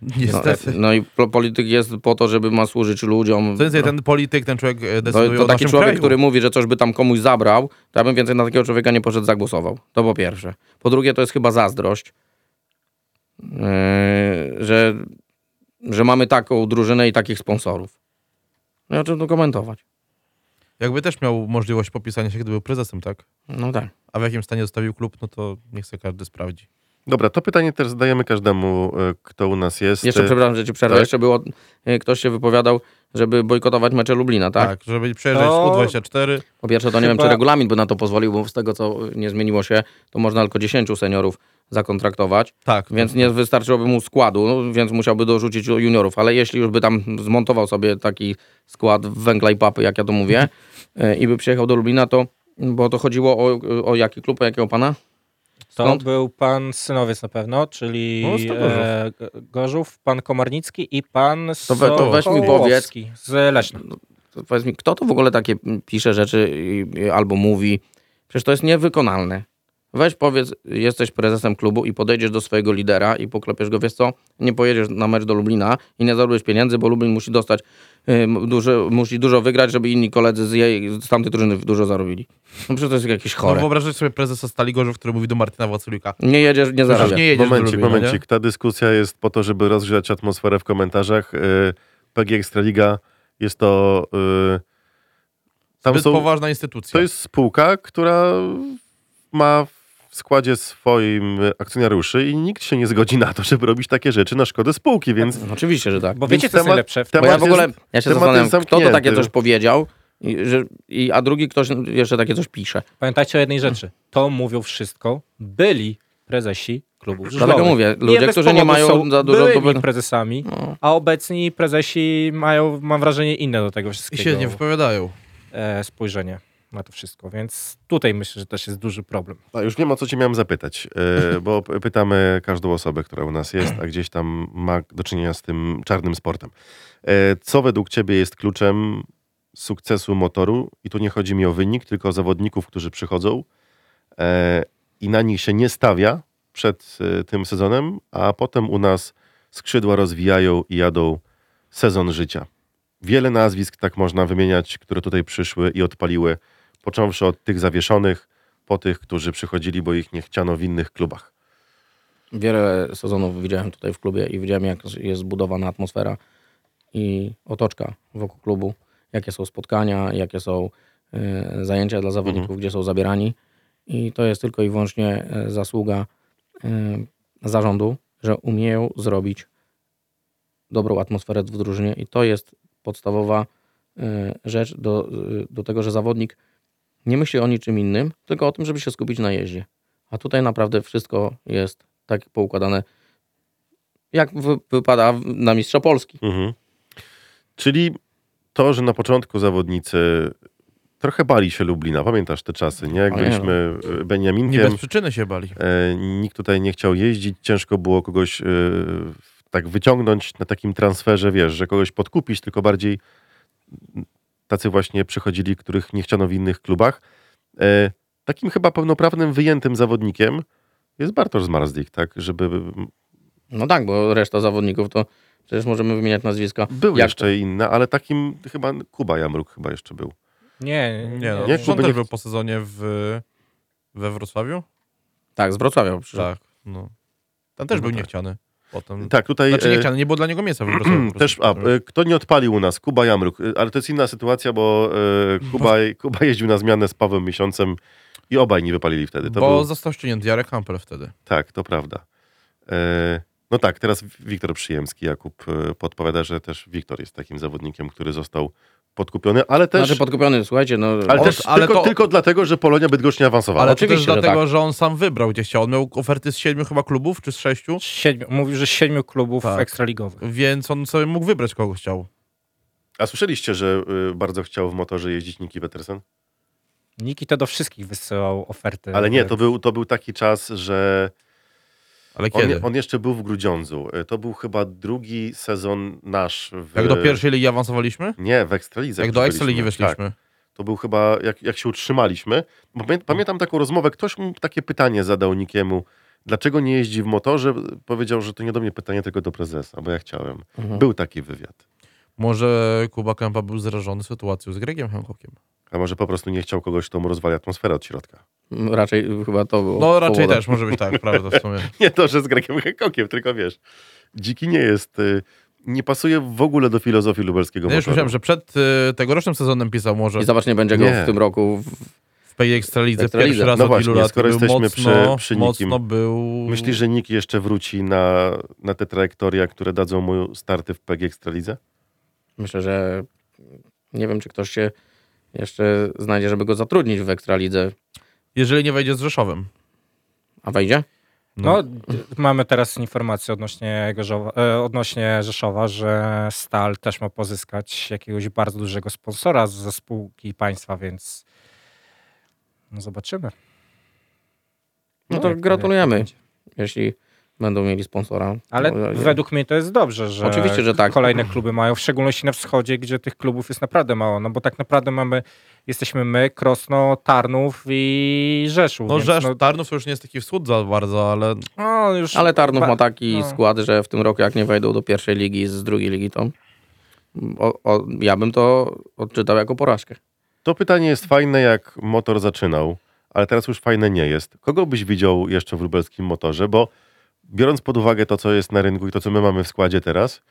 Speaker 5: No,
Speaker 3: Niestety.
Speaker 5: no i po- polityk jest po to, żeby ma służyć ludziom.
Speaker 3: Co więcej, ten polityk, ten człowiek e,
Speaker 5: no. To,
Speaker 3: decyduje
Speaker 5: to
Speaker 3: o
Speaker 5: taki
Speaker 3: naszym
Speaker 5: człowiek,
Speaker 3: kraju.
Speaker 5: który mówi, że coś by tam komuś zabrał, to ja bym więcej na takiego człowieka nie poszedł, zagłosował. To po pierwsze. Po drugie, to jest chyba zazdrość, yy, że, że mamy taką drużynę i takich sponsorów. No i o czym tu komentować?
Speaker 3: Jakby też miał możliwość popisania się, gdy był prezesem, tak?
Speaker 5: No tak.
Speaker 3: A w jakim stanie zostawił klub, no to niech sobie każdy sprawdzi.
Speaker 2: Dobra, to pytanie też zadajemy każdemu, e, kto u nas jest.
Speaker 5: Jeszcze,
Speaker 2: E,
Speaker 5: przepraszam, że ci przerwę.
Speaker 2: tak?
Speaker 5: Jeszcze było, yy, ktoś się wypowiadał, żeby bojkotować mecze Lublina, tak?
Speaker 3: Tak, żeby przejeżdżać
Speaker 4: To-
Speaker 3: z U24.
Speaker 5: Po pierwsze, to nie wiem,
Speaker 4: Chyba-
Speaker 5: czy regulamin by na to pozwolił, bo z tego, co nie zmieniło się, to można tylko 10 seniorów zakontraktować.
Speaker 3: Tak.
Speaker 5: Więc nie wystarczyłoby mu składu, no, więc musiałby dorzucić juniorów, ale jeśli już by tam zmontował sobie taki skład węgla i papy, jak ja to mówię, e, i by przyjechał do Lublina, to Bo to chodziło o, o jaki klub, o jakiego pana?
Speaker 4: To
Speaker 5: Skąd?
Speaker 4: był pan Synowiec na pewno, czyli
Speaker 2: No, z to Gorzów.
Speaker 4: e, G- Gorzów, pan Komarnicki i pan
Speaker 2: To we- to
Speaker 5: weź mi powiedz.
Speaker 4: Sokołowski z Leśna.
Speaker 5: To powiedz mi, kto to w ogóle takie m, pisze rzeczy i- i- albo mówi? Przecież to jest niewykonalne. Weź powiedz, jesteś prezesem klubu i podejdziesz do swojego lidera i poklepiesz go, wiesz co, nie pojedziesz na mecz do Lublina i nie zarobisz pieniędzy, bo Lublin musi dostać, y, m, dużo, musi dużo wygrać, żeby inni koledzy z, jej, z tamtej drużyny dużo zarobili. No przecież to jest jakieś
Speaker 3: No,
Speaker 5: chore.
Speaker 3: wyobrażasz sobie prezesa Stali Gorzów, który mówi do Martyna Waculiuka.
Speaker 5: Nie jedziesz,
Speaker 4: No
Speaker 5: nie
Speaker 3: Przecież
Speaker 5: zarabiasz.
Speaker 3: nie jedziesz
Speaker 2: Momencik,
Speaker 3: do Lublina,
Speaker 2: momencik. Ta dyskusja jest po to, żeby rozgrzać atmosferę w komentarzach. Yy, PG Ekstraliga jest to... Yy,
Speaker 3: Nie?
Speaker 2: tam
Speaker 3: Zbyt
Speaker 2: są,
Speaker 3: poważna instytucja.
Speaker 2: to jest spółka, która ma w składzie swoim akcjonariuszy i nikt się nie zgodzi na to, żeby robić takie rzeczy na szkodę spółki, więc...
Speaker 5: Oczywiście, że tak.
Speaker 4: Bo
Speaker 2: Więc
Speaker 4: wiecie, co jest
Speaker 2: temat-
Speaker 4: najlepsze? W
Speaker 2: temat-
Speaker 5: Bo ja w
Speaker 2: jest-
Speaker 5: ogóle, ja
Speaker 2: temat
Speaker 5: się zastanawiam,
Speaker 2: jest
Speaker 5: kto to takie
Speaker 2: zamknięty.
Speaker 5: coś powiedział, i, że, i, a drugi ktoś jeszcze takie coś pisze.
Speaker 4: Pamiętajcie o jednej rzeczy. To mówią wszystko byli prezesi klubów żużlowych.
Speaker 5: Dlatego mówię, ludzie,
Speaker 4: bez
Speaker 5: którzy nie
Speaker 4: powodu
Speaker 5: mają
Speaker 4: są
Speaker 5: za dużo
Speaker 4: byłymi
Speaker 5: dopyt-
Speaker 4: prezesami,
Speaker 5: No.
Speaker 4: a obecni prezesi mają, mam wrażenie, inne do tego
Speaker 3: I
Speaker 4: wszystkiego
Speaker 3: się
Speaker 2: No.
Speaker 3: nie wypowiadają.
Speaker 4: e, spojrzenie na to wszystko. Więc tutaj myślę, że też jest duży problem.
Speaker 2: A już wiem, o co cię miałem zapytać, yy, bo p- pytamy każdą osobę, która u nas jest, a gdzieś tam ma do czynienia z tym czarnym sportem. Yy, co według ciebie jest kluczem sukcesu motoru? I tu nie chodzi mi o wynik, tylko o zawodników, którzy przychodzą yy, i na nich się nie stawia przed yy, tym sezonem, a potem u nas skrzydła rozwijają i jadą sezon życia. Wiele nazwisk tak można wymieniać, które tutaj przyszły i odpaliły, począwszy od tych zawieszonych, po tych, którzy przychodzili, bo ich nie chciano w innych klubach.
Speaker 5: Wiele sezonów widziałem tutaj w klubie i widziałem, jak jest zbudowana atmosfera i otoczka wokół klubu, jakie są spotkania, jakie są e, zajęcia dla zawodników, gdzie są zabierani. I to jest tylko i wyłącznie e, zasługa e, zarządu, że umieją zrobić dobrą atmosferę w drużynie i to jest podstawowa e, rzecz do, e, do tego, że zawodnik nie myśli o niczym innym, tylko o tym, żeby się skupić na jeździe. A tutaj naprawdę wszystko jest tak poukładane, jak wy, wypada w- na mistrza Polski.
Speaker 2: Czyli to, że na początku zawodnicy trochę bali się Lublina, pamiętasz te czasy, nie? Jak
Speaker 5: Pamiętam.
Speaker 2: byliśmy e,
Speaker 3: Nie
Speaker 2: Beniaminkiem,
Speaker 3: bez przyczyny się bali.
Speaker 2: e, nikt tutaj nie chciał jeździć, ciężko było kogoś e, tak wyciągnąć na takim transferze, wiesz, że kogoś podkupić, tylko bardziej tacy właśnie przychodzili, których nie chciano w innych klubach. E, Takim chyba pełnoprawnym, wyjętym zawodnikiem jest Bartosz Zmarzdik, tak? Żeby
Speaker 5: No tak, bo reszta zawodników to przecież możemy wymieniać nazwiska.
Speaker 2: Był
Speaker 5: Jak
Speaker 2: jeszcze inny, ale takim chyba Kuba Jamruk chyba jeszcze był.
Speaker 4: Nie, nie.
Speaker 3: Nie, no.
Speaker 2: Nie,
Speaker 3: nie,
Speaker 2: Kuby
Speaker 3: też
Speaker 2: nie-
Speaker 3: był po sezonie w, we Wrocławiu?
Speaker 5: Tak, z Wrocławia przyszedł.
Speaker 3: Tak. No. Tam też
Speaker 2: No
Speaker 3: był
Speaker 2: tak.
Speaker 3: niechciany. Potem.
Speaker 2: Tak, tutaj
Speaker 3: Znaczy nie
Speaker 2: e,
Speaker 3: chciany, nie było dla niego miejsca w Wrocławiu. po prostu.
Speaker 2: też, a, e, kto nie odpalił u nas? Kuba Jamruk, E, ale to jest inna sytuacja, bo e, Kuba, Kuba jeździł na zmianę z Pawłem Miesiącem i obaj nie wypalili wtedy. e, To
Speaker 3: Bo
Speaker 2: był,
Speaker 3: został ściągnięty Jarek Hampel wtedy.
Speaker 2: tak, to prawda. E, no tak, teraz Wiktor Przyjemski, Jakub e, podpowiada, że też Wiktor jest takim zawodnikiem, który został podkupiony, ale też,
Speaker 5: Znaczy podkupiony, słuchajcie, no...
Speaker 2: ale
Speaker 3: on-
Speaker 2: też
Speaker 3: ale
Speaker 2: tylko,
Speaker 3: to-
Speaker 2: tylko dlatego, że Polonia Bydgoszcz nie awansowała.
Speaker 3: Ale to
Speaker 5: oczywiście,
Speaker 3: też
Speaker 5: że
Speaker 3: dlatego, że,
Speaker 5: tak.
Speaker 3: on sam wybrał gdzie chciał. On miał oferty z siedmiu chyba klubów, czy z sześciu,
Speaker 4: Siedmiu, mówił, że z siedmiu klubów
Speaker 3: Tak.
Speaker 4: ekstraligowych.
Speaker 3: więc on sobie mógł wybrać kogo chciał.
Speaker 2: A słyszeliście, że e, bardzo chciał w motorze jeździć Niki Petersen?
Speaker 4: Niki to do wszystkich wysyłał
Speaker 3: E,
Speaker 4: oferty.
Speaker 2: Ale nie, to był, to był taki czas, że
Speaker 3: Ale
Speaker 2: on,
Speaker 3: kiedy?
Speaker 2: on jeszcze był w Grudziądzu. Y, To był chyba drugi sezon nasz. W,
Speaker 3: Jak do pierwszej ligi awansowaliśmy?
Speaker 2: Nie, w Ekstralidze.
Speaker 3: Jak do Ekstraligi
Speaker 2: Tak,
Speaker 3: weszliśmy.
Speaker 2: to był chyba, jak, jak się utrzymaliśmy. Bo pamię- Pamiętam taką rozmowę, ktoś mu takie pytanie zadał Nikiemu. Dlaczego nie jeździ w motorze? Powiedział, że to nie do mnie pytanie, tylko do prezesa, bo ja chciałem.
Speaker 5: Mhm.
Speaker 2: Był taki wywiad.
Speaker 3: Może Kuba Kępa był zrażony sytuacją z Gregiem No, Hancockiem.
Speaker 2: A może po prostu nie chciał kogoś, kto mu rozwali atmosferę od środka.
Speaker 5: Raczej chyba to było.
Speaker 3: No raczej
Speaker 5: powodem.
Speaker 3: też może być tak, prawda w sumie.
Speaker 2: Nie to, że z Gregiem Hekokiem, tylko wiesz. Dziki nie jest... y, Nie pasuje w ogóle do filozofii lubelskiego
Speaker 3: Ja No już
Speaker 2: motoru.
Speaker 3: myślałem, że przed y, tegorocznym sezonem pisał może
Speaker 5: I zobacz, nie będzie go
Speaker 2: Nie.
Speaker 5: w tym roku. W...
Speaker 3: w PG Ekstralidze
Speaker 5: Ekstralidze.
Speaker 3: pierwszy raz
Speaker 2: No
Speaker 3: od
Speaker 2: właśnie,
Speaker 3: ilu lat.
Speaker 2: skoro
Speaker 3: był
Speaker 2: jesteśmy
Speaker 3: mocno,
Speaker 2: przy- przy nikim.
Speaker 3: mocno był...
Speaker 2: Myślisz, że Nick jeszcze wróci na, na te trajektoria, które dadzą mu starty w PG Ekstralidze?
Speaker 5: Myślę, że nie wiem, czy ktoś się jeszcze znajdzie, żeby go zatrudnić w Ekstralidze.
Speaker 3: Jeżeli nie wejdzie z Rzeszowem.
Speaker 5: A wejdzie?
Speaker 3: No.
Speaker 4: No, d- mamy teraz informację odnośnie, Gorzowa, e, odnośnie Rzeszowa, że Stal też ma pozyskać jakiegoś bardzo dużego sponsora ze spółki państwa, więc No zobaczymy.
Speaker 5: No to
Speaker 4: Jak-
Speaker 5: gratulujemy,
Speaker 4: jak to
Speaker 5: jeśli będą mieli sponsora.
Speaker 4: Ale
Speaker 5: No,
Speaker 4: według mnie to jest dobrze, że,
Speaker 5: Oczywiście, że tak.
Speaker 4: kolejne kluby mają, w szczególności na wschodzie, gdzie tych klubów jest naprawdę mało. No bo tak naprawdę mamy, jesteśmy my, Krosno, Tarnów i Rzeszów.
Speaker 3: No
Speaker 4: więc
Speaker 3: Rzesz, Tarnów to już nie jest taki wschód za bardzo, ale
Speaker 4: no, no, już
Speaker 5: Ale Tarnów
Speaker 4: ba-
Speaker 5: ma taki
Speaker 4: no.
Speaker 5: skład, że w tym roku jak nie wejdą do pierwszej ligi z drugiej ligi, to o, o, ja bym to odczytał jako porażkę.
Speaker 2: To pytanie jest fajne, jak motor zaczynał, ale teraz już fajne nie jest. Kogo byś widział jeszcze w lubelskim motorze? Bo biorąc pod uwagę to, co jest na rynku i to, co my mamy w składzie teraz,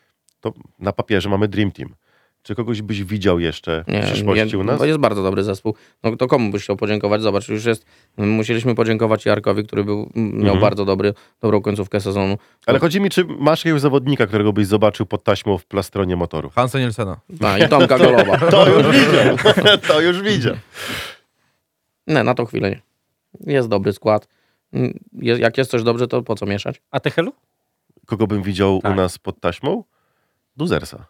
Speaker 2: to na papierze mamy Dream Team. Czy kogoś byś widział jeszcze w przyszłości
Speaker 5: nie,
Speaker 2: u nas?
Speaker 5: To jest bardzo dobry zespół. No to komu byś chciał podziękować? Zobacz, już jest, musieliśmy podziękować Jarkowi, który był, miał
Speaker 2: Mhm.
Speaker 5: bardzo dobry, dobrą końcówkę sezonu.
Speaker 2: Ale chodzi mi, czy masz jakiegoś zawodnika, którego byś zobaczył pod taśmą w plastronie motoru?
Speaker 3: Hansa Nielsena.
Speaker 5: Ta, I Tomka Golowa.
Speaker 2: To już widział. to już widział.
Speaker 5: Nie, na tą chwilę nie. Jest dobry skład. Mm, Je, jak jest coś dobrze, to po co mieszać?
Speaker 4: A Techelu?
Speaker 2: Kogo bym widział u
Speaker 4: Tak.
Speaker 2: nas pod taśmą? Duzersa.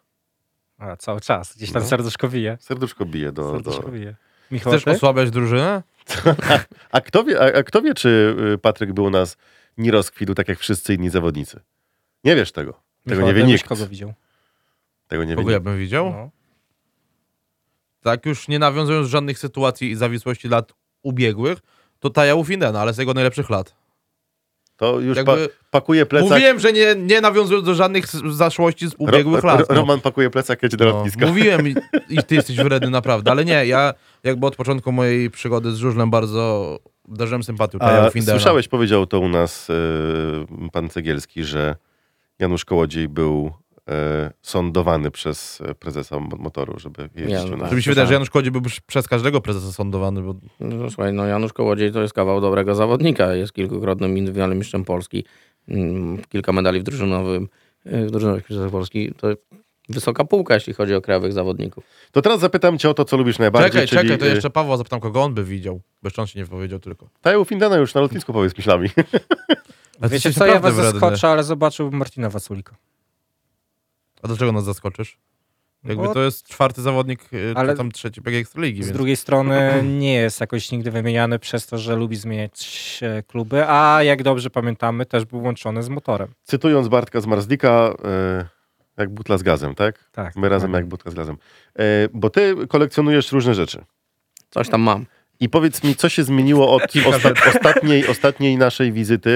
Speaker 4: A, cały czas, gdzieś tam
Speaker 2: No.
Speaker 4: serduszko wije.
Speaker 2: Serduszko bije do... do...
Speaker 4: Serduszko wije. Michał,
Speaker 3: Chcesz
Speaker 4: ty?
Speaker 3: osłabiać drużynę?
Speaker 2: A, kto wie, a, a kto wie, czy y, Patryk był u nas nie rozkwitł, tak jak wszyscy inni zawodnicy? Nie wiesz tego. Tego
Speaker 4: Michał,
Speaker 2: nie wie
Speaker 4: ty byś
Speaker 2: nikt.
Speaker 4: kogo widział?
Speaker 2: Tego nie wie
Speaker 3: Kogo ja
Speaker 2: nikt.
Speaker 3: bym widział?
Speaker 4: No.
Speaker 3: Tak już nie nawiązując żadnych sytuacji i zawisłości lat ubiegłych, to Taja Ufinena, ale z jego najlepszych lat.
Speaker 2: To już pa,
Speaker 3: Jakby
Speaker 2: pakuje plecak.
Speaker 3: Mówiłem, że nie, nie nawiązując do żadnych s- zaszłości z ubiegłych
Speaker 2: tak- Ro-
Speaker 3: lat.
Speaker 2: Ro-
Speaker 3: no.
Speaker 2: Roman pakuje plecak, jedzie do
Speaker 3: No,
Speaker 2: lotniska.
Speaker 3: Mówiłem i, i ty jesteś wredny naprawdę, ale nie, ja jakby od początku mojej przygody z żużlem bardzo darzyłem sympatią.
Speaker 2: A
Speaker 3: Taja Findela.
Speaker 2: słyszałeś, powiedział to u nas y, pan Cegielski, że Janusz Kołodziej był y, sądowany przez y, prezesa mo- motoru, żeby jeździć
Speaker 5: no
Speaker 2: u nas.
Speaker 5: tak.
Speaker 3: Żeby się wydaje, że Janusz Kodzie byłby przez każdego prezesa sądowany, bo
Speaker 5: No, słuchaj, no Janusz Kołodziej to jest kawał dobrego zawodnika. Jest kilkukrotnym indywidualnym mistrzem Polski. Mm, Kilka medali w drużynowym, y, w drużynowych mistrzostwach Polski. To wysoka półka, jeśli chodzi o krajowych zawodników.
Speaker 2: To teraz zapytam cię o to, co lubisz najbardziej,
Speaker 3: czekaj,
Speaker 2: czyli
Speaker 3: czekaj, to
Speaker 2: y,
Speaker 3: jeszcze Pawła zapytam, kogo on by widział. Bezcząc się nie powiedział tylko.
Speaker 2: Taju Findana już na lotnisku powiedz myślami.
Speaker 3: A ty
Speaker 4: Wiecie
Speaker 3: jesteś
Speaker 4: co, ja was
Speaker 3: naprawdę wredny.
Speaker 4: zaskoczę, ale zobaczyłbym Martina Waculika.
Speaker 3: A dlaczego nas zaskoczysz? Jakby
Speaker 4: Bo
Speaker 3: to jest czwarty zawodnik, y,
Speaker 4: Ale-
Speaker 3: czy tam trzeci bieg Ekstraligi,
Speaker 4: Z
Speaker 3: więc
Speaker 4: drugiej strony nie jest jakoś nigdy wymieniany przez to, że lubi zmieniać e, kluby, a jak dobrze pamiętamy, też był łączony z motorem.
Speaker 2: Cytując Bartka Zmarzlika, y, jak butla z gazem, tak?
Speaker 4: Tak.
Speaker 2: My razem jak butla z gazem. Y, bo ty kolekcjonujesz różne rzeczy.
Speaker 5: Coś tam mam.
Speaker 2: I powiedz mi, co się zmieniło od osta ostatniej, ostatniej naszej wizyty?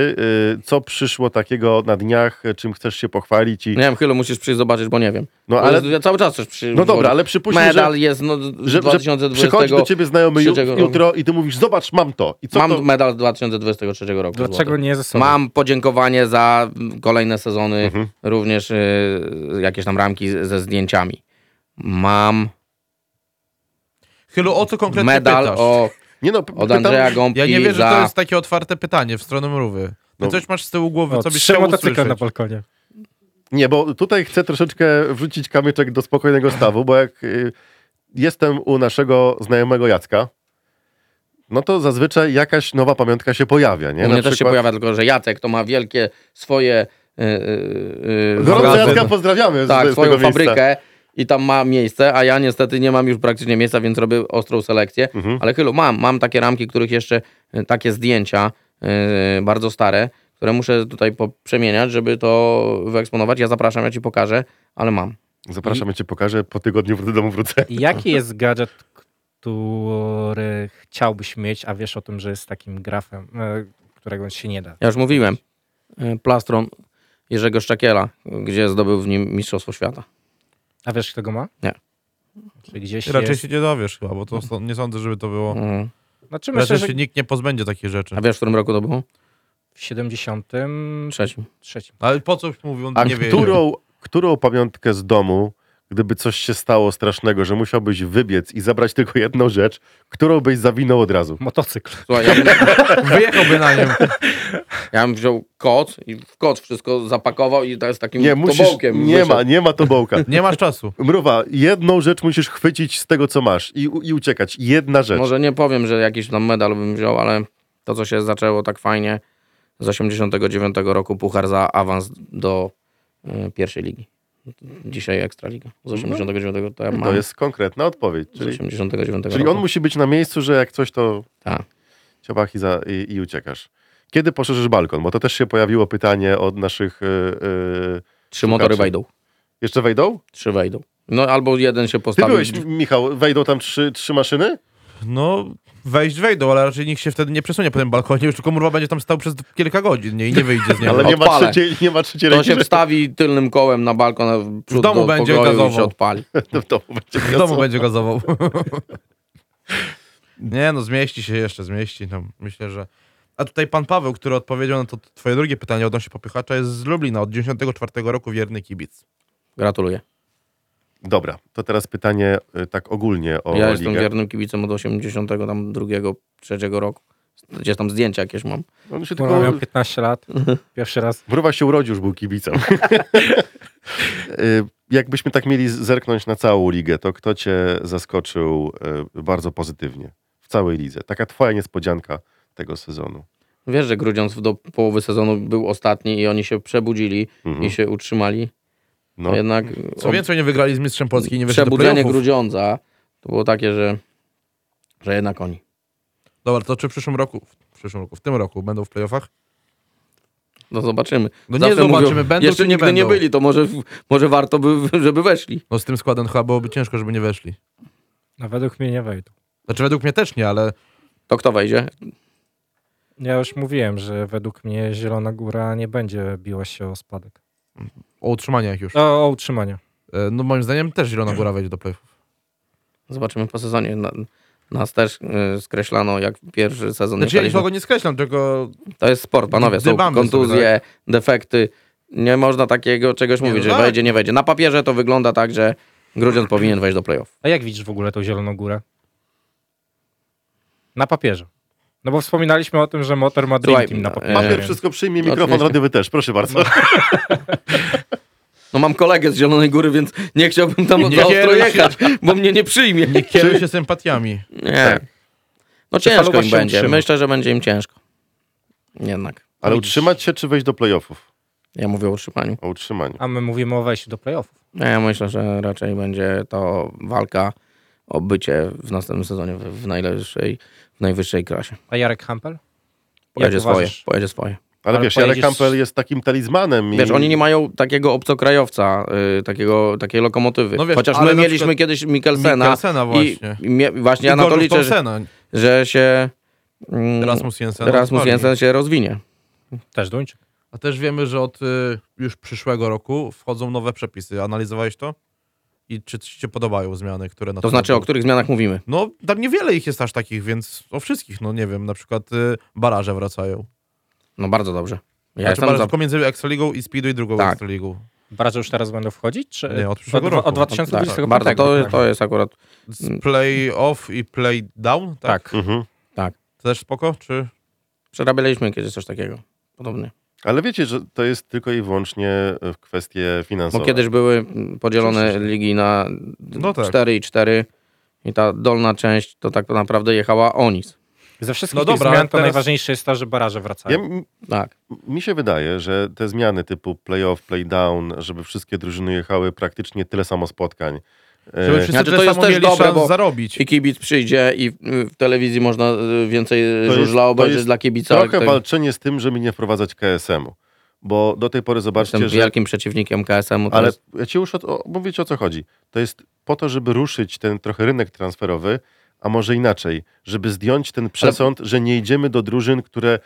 Speaker 2: Y, co przyszło takiego na dniach? y, Czym chcesz się pochwalić? I,
Speaker 5: Nie wiem, Chylu, musisz przyjść zobaczyć, bo nie wiem.
Speaker 2: no ale,
Speaker 5: Ale ja cały czas coś przy...
Speaker 2: no dobra, ale przypuśćmy,
Speaker 5: Medal
Speaker 2: że,
Speaker 5: jest no, z
Speaker 2: że, że
Speaker 5: 2020...
Speaker 2: przychodzi do ciebie znajomy ju-
Speaker 5: trzeciego
Speaker 2: jutro i ty mówisz, zobacz, mam to. I co
Speaker 5: Mam
Speaker 2: to?
Speaker 5: medal z 2023 roku.
Speaker 4: Tak. Dlaczego
Speaker 5: złoty.
Speaker 4: nie ze sobą?
Speaker 5: Mam podziękowanie za kolejne sezony,
Speaker 2: Mhm.
Speaker 5: również y, jakieś tam ramki z- ze zdjęciami. Mam
Speaker 3: Chylu, o co konkretnie
Speaker 5: medal
Speaker 3: pytasz?
Speaker 5: o,
Speaker 2: Nie no, p-
Speaker 5: od
Speaker 2: pytam-
Speaker 5: Andrzeja Gąbki
Speaker 3: Ja nie wierzę, że
Speaker 5: za...
Speaker 3: to jest takie otwarte pytanie w stronę mrówy. Ty
Speaker 2: No.
Speaker 3: coś masz z tyłu głowy,
Speaker 4: O,
Speaker 3: co byś
Speaker 4: trzy
Speaker 3: chciał
Speaker 4: motocykle na
Speaker 3: usłyszeć.
Speaker 4: balkonie.
Speaker 2: Nie, bo tutaj chcę troszeczkę wrzucić kamyczek do spokojnego stawu, bo jak y, jestem u naszego znajomego Jacka, no to zazwyczaj jakaś nowa pamiątka się pojawia, nie?
Speaker 5: U
Speaker 2: Na
Speaker 5: mnie też się
Speaker 2: przykład-
Speaker 5: pojawia, tylko że Jacek to ma wielkie swoje... y, y, y,
Speaker 2: Gorąco
Speaker 5: magazy-
Speaker 2: Jacka pozdrawiamy z,
Speaker 5: tak,
Speaker 2: z
Speaker 5: swoją
Speaker 2: tego
Speaker 5: fabrykę
Speaker 2: miejsca.
Speaker 5: i tam ma miejsce, a ja niestety nie mam już praktycznie miejsca, więc robię ostrą selekcję.
Speaker 2: Mhm.
Speaker 5: Ale chylu, mam, mam takie ramki, których jeszcze y, takie zdjęcia y, bardzo stare, które muszę tutaj po- przemieniać, żeby to wyeksponować. Ja zapraszam, ja ci pokażę, ale mam.
Speaker 2: Zapraszam, ja cię pokażę, po tygodniu wr- do domu wrócę.
Speaker 4: Jaki jest gadżet, który chciałbyś mieć, a wiesz o tym, że jest takim grafem, e, którego się nie da?
Speaker 5: Ja już mówiłem. y, Plastron Jerzego Szczakiela, gdzie zdobył w nim Mistrzostwo Świata.
Speaker 4: A wiesz, kto go ma?
Speaker 5: Nie.
Speaker 4: Czy gdzieś
Speaker 3: Raczej
Speaker 4: jest...
Speaker 3: się nie dowiesz chyba, bo to są- nie sądzę, żeby to było...
Speaker 5: Mhm.
Speaker 4: Znaczy myślę,
Speaker 3: Raczej
Speaker 4: że
Speaker 3: się nikt nie pozbędzie takich rzeczy.
Speaker 5: A wiesz, w którym roku to było?
Speaker 4: w 73.
Speaker 5: Trzecim.
Speaker 3: Ale po coś mówią,
Speaker 2: A
Speaker 3: nie wiem.
Speaker 2: którą, którą pamiątkę z domu, gdyby coś się stało strasznego, że musiałbyś wybiec i zabrać tylko jedną rzecz, którą byś zawinął od razu?
Speaker 4: Motocykl.
Speaker 5: Słuchaj, ja bym,
Speaker 3: Wyjechałby na nim.
Speaker 5: ja bym wziął koc i w koc wszystko zapakował i to z takim
Speaker 2: Nie, musisz,
Speaker 5: tobołkiem
Speaker 2: nie
Speaker 5: wyszedł.
Speaker 2: ma, nie ma tobołka.
Speaker 3: Nie masz czasu.
Speaker 2: Mruwa, jedną rzecz musisz chwycić z tego, co masz i, u- i uciekać. Jedna rzecz.
Speaker 5: Może nie powiem, że jakiś tam medal bym wziął, ale to, co się zaczęło tak fajnie z 89 roku, puchar za awans do y, pierwszej ligi. Dzisiaj Ekstraliga.
Speaker 2: Mhm.
Speaker 5: Z 89 to ja mam.
Speaker 2: To jest konkretna odpowiedź.
Speaker 5: z
Speaker 2: Czyli,
Speaker 5: 89
Speaker 2: czyli
Speaker 5: roku.
Speaker 2: on musi być na miejscu, że jak coś to...
Speaker 5: Tak.
Speaker 2: ciobach i, za, i, i uciekasz. Kiedy poszerzysz balkon? Bo to też się pojawiło pytanie od naszych... Yy, yy,
Speaker 5: Trzy motory
Speaker 2: Słuchajcie.
Speaker 5: wejdą.
Speaker 2: jeszcze wejdą?
Speaker 5: Trzy wejdą. No albo jeden się
Speaker 2: Ty
Speaker 5: postawi.
Speaker 2: byłeś, Michał, wejdą tam trzy, trzy maszyny?
Speaker 3: No, wejść wejdą, ale raczej nikt się wtedy nie przesunie po tym balkonie, już tylko murwa będzie tam stał przez kilka godzin nie? i nie wyjdzie z niego.
Speaker 2: Ale nie ma
Speaker 5: Odpalę.
Speaker 2: trzeciej, nie ma trzeciej
Speaker 5: To się
Speaker 2: ręki,
Speaker 5: wstawi tylnym kołem na balkon, a przód
Speaker 3: W domu
Speaker 5: do
Speaker 3: będzie
Speaker 5: pokoju i
Speaker 3: gazował.
Speaker 5: się odpali.
Speaker 2: że w domu będzie
Speaker 3: W domu
Speaker 2: gasło.
Speaker 3: będzie gazował. nie no, zmieści się jeszcze, zmieści. No, myślę, że... A tutaj pan Paweł, który odpowiedział na to twoje drugie pytanie odnośnie popychacza, jest z Lublina, od 94 roku wierny kibic.
Speaker 5: Gratuluję.
Speaker 2: Dobra, to teraz pytanie y, tak ogólnie o
Speaker 5: ja
Speaker 2: ligę.
Speaker 5: jestem wiernym kibicem od 80 tam drugiego, trzeciego roku. Gdzieś tam zdjęcia jakieś mam.
Speaker 2: On się
Speaker 4: Kurwa,
Speaker 2: tylko...
Speaker 4: miał 15 lat,
Speaker 5: Mhm.
Speaker 4: pierwszy raz.
Speaker 2: Wrówa się urodził, już był kibicem. Y, Jakbyśmy tak mieli z- zerknąć na całą ligę, to kto cię zaskoczył y, bardzo pozytywnie w całej lidze? Taka twoja niespodzianka tego sezonu.
Speaker 5: Wiesz, że Grudziądz do połowy sezonu był ostatni i oni się przebudzili
Speaker 2: Mhm.
Speaker 5: i się utrzymali.
Speaker 2: No,
Speaker 5: Jednak e,
Speaker 3: Co więcej, nie wygrali z mistrzem Polski i nie wyszli do
Speaker 5: przebudzenie
Speaker 3: playoffów.
Speaker 5: Grudziądza to było takie, że, że jednak oni.
Speaker 3: Dobra, to czy w przyszłym roku, w przyszłym roku, w tym roku będą w playoffach?
Speaker 5: No zobaczymy.
Speaker 3: No nie zobaczymy, będą
Speaker 5: Jeszcze
Speaker 3: czy nie
Speaker 5: nigdy nie
Speaker 3: będą?
Speaker 5: byli, to może, może warto by, żeby weszli.
Speaker 3: No z tym składem chyba byłoby ciężko, żeby nie weszli.
Speaker 4: No według mnie nie wejdą.
Speaker 3: Znaczy według mnie też nie, ale
Speaker 5: To kto wejdzie?
Speaker 4: Ja już mówiłem, że według mnie Zielona Góra nie będzie biła się o spadek.
Speaker 3: o utrzymanie jak
Speaker 5: No.
Speaker 3: już.
Speaker 4: O, o utrzymanie.
Speaker 3: E, No moim zdaniem też Zielona Góra wejdzie do playoffów.
Speaker 5: Zobaczymy po sezonie. Na, nas też y, skreślano, jak pierwszy sezon
Speaker 3: Znaczy ja
Speaker 5: jechaliśmy.
Speaker 3: nikogo nie skreślam, tylko
Speaker 5: To jest sport, panowie. Są
Speaker 3: Dbamy
Speaker 5: kontuzje,
Speaker 3: sobie, tak.
Speaker 5: defekty. Nie można takiego czegoś
Speaker 3: Nie,
Speaker 5: mówić,
Speaker 3: no
Speaker 5: że
Speaker 3: tak.
Speaker 5: wejdzie, nie wejdzie. Na papierze to wygląda tak, że Grudziądz powinien wejść do playoff.
Speaker 4: A jak widzisz w ogóle tą Zieloną Górę? Na papierze. No bo wspominaliśmy o tym, że Motor ma Dream
Speaker 5: Słuchaj,
Speaker 4: Team na
Speaker 5: e,
Speaker 4: papierze.
Speaker 2: Papier
Speaker 4: więc-
Speaker 2: wszystko przyjmie, mikrofon
Speaker 5: oczywiście.
Speaker 2: radiowy też, proszę bardzo.
Speaker 5: No mam kolegę z Zielonej Góry, więc nie chciałbym tam
Speaker 3: Nie
Speaker 5: za ostro
Speaker 3: kieruj się.
Speaker 5: jechać, bo mnie nie przyjmie. Nie,
Speaker 3: kieruj się sympatiami. Tak.
Speaker 5: No
Speaker 4: Czy
Speaker 5: ciężko
Speaker 4: Faluga
Speaker 5: im
Speaker 4: się
Speaker 5: będzie.
Speaker 4: utrzyma?
Speaker 5: Myślę, że będzie im ciężko. Jednak.
Speaker 2: Ale
Speaker 5: Widzisz,
Speaker 2: utrzymać się, czy wejść do playoffów?
Speaker 5: Ja mówię o utrzymaniu.
Speaker 2: O utrzymaniu.
Speaker 4: A my mówimy o wejściu do playoffów.
Speaker 5: No Ja myślę, że raczej będzie to walka o bycie w następnym sezonie w, w najlepszej, w najwyższej klasie.
Speaker 4: A Jarek Hampel?
Speaker 5: Pojedzie
Speaker 4: Jak
Speaker 5: swoje,
Speaker 4: uważasz?
Speaker 5: pojedzie swoje.
Speaker 2: Ale,
Speaker 4: Ale
Speaker 2: wiesz, Jarek
Speaker 4: pojedziesz-
Speaker 2: Campbell jest takim talizmanem.
Speaker 5: Wiesz,
Speaker 2: i...
Speaker 5: oni nie mają takiego obcokrajowca, y, takiego, takiej lokomotywy.
Speaker 3: No wiesz,
Speaker 5: Chociaż
Speaker 3: ale
Speaker 5: my
Speaker 3: na
Speaker 5: mieliśmy
Speaker 3: przykład
Speaker 5: kiedyś Mikkelsena.
Speaker 3: Mikkelsena właśnie.
Speaker 5: I, i mie, właśnie
Speaker 3: I
Speaker 5: ja na to
Speaker 3: Gorzów
Speaker 5: liczę, że,
Speaker 3: Townsena.
Speaker 5: że się mm,
Speaker 3: Rasmus Jensen. odpali.
Speaker 5: Rasmus
Speaker 3: No
Speaker 5: Jensen się rozwinie.
Speaker 4: Też Duńczyk.
Speaker 3: A też wiemy, że od y, już przyszłego roku wchodzą nowe przepisy. Analizowałeś to? I czy ci się podobają zmiany, które na
Speaker 5: To znaczy, o których zmianach mówimy?
Speaker 3: No, tam niewiele ich jest aż takich, więc o wszystkich, no nie wiem, na przykład y, baraże wracają.
Speaker 5: No bardzo dobrze. Ja
Speaker 3: znaczy
Speaker 5: jestem
Speaker 3: baraże
Speaker 5: za...
Speaker 3: tylko między Ekstraligą i Speedo i drugą
Speaker 5: Tak.
Speaker 3: Ekstraligą.
Speaker 4: Baraże już teraz będą wchodzić? Czy
Speaker 3: Nie, od przyszłego
Speaker 4: od,
Speaker 3: roku.
Speaker 4: Od 2025
Speaker 5: tak, bardzo, to,
Speaker 4: tak.
Speaker 5: to jest akurat Mm.
Speaker 3: Z play off i play down, tak?
Speaker 4: Tak.
Speaker 2: Mhm.
Speaker 3: Też spoko, czy...
Speaker 5: Przerabialiśmy kiedyś coś takiego. Podobnie.
Speaker 2: Ale wiecie, że to jest tylko i wyłącznie y, kwestie
Speaker 5: Bo
Speaker 2: finansowe.
Speaker 5: kiedyś były mm, podzielone ligi na
Speaker 3: No tak.
Speaker 5: 4 i 4 i ta dolna część to tak naprawdę jechała o nic.
Speaker 4: Ze wszystkich
Speaker 3: No
Speaker 4: tych
Speaker 3: dobra,
Speaker 4: zmian to
Speaker 3: teraz-
Speaker 4: najważniejsze jest to, że baraże
Speaker 2: Ja,
Speaker 4: wracają.
Speaker 2: m-
Speaker 5: Tak.
Speaker 2: mi się wydaje, że te zmiany typu playoff, playdown, żeby wszystkie drużyny jechały praktycznie tyle samo spotkań. e,
Speaker 3: Żeby wszyscy
Speaker 5: Znaczy,
Speaker 3: tyle
Speaker 5: to jest
Speaker 3: samo
Speaker 5: też
Speaker 3: mieli
Speaker 5: dobre,
Speaker 3: szans
Speaker 5: bo-
Speaker 3: zarobić.
Speaker 5: I kibic przyjdzie i w w telewizji można y, więcej
Speaker 2: To jest-
Speaker 5: żużla
Speaker 2: to
Speaker 5: obejrzeć
Speaker 2: jest
Speaker 5: dla tak? kibica.
Speaker 2: Trochę
Speaker 5: Tego-
Speaker 2: walczenie z tym, żeby nie wprowadzać KSM-u. Bo do tej pory
Speaker 5: Jestem
Speaker 2: zobaczcie, że...
Speaker 5: wielkim przeciwnikiem KSM-u. to
Speaker 2: Ale
Speaker 5: jest-
Speaker 2: ja ci już od, o, mówię ci o co chodzi. To jest po to, żeby ruszyć ten trochę rynek transferowy, a może inaczej, żeby zdjąć ten przesąd, że nie idziemy do drużyn, które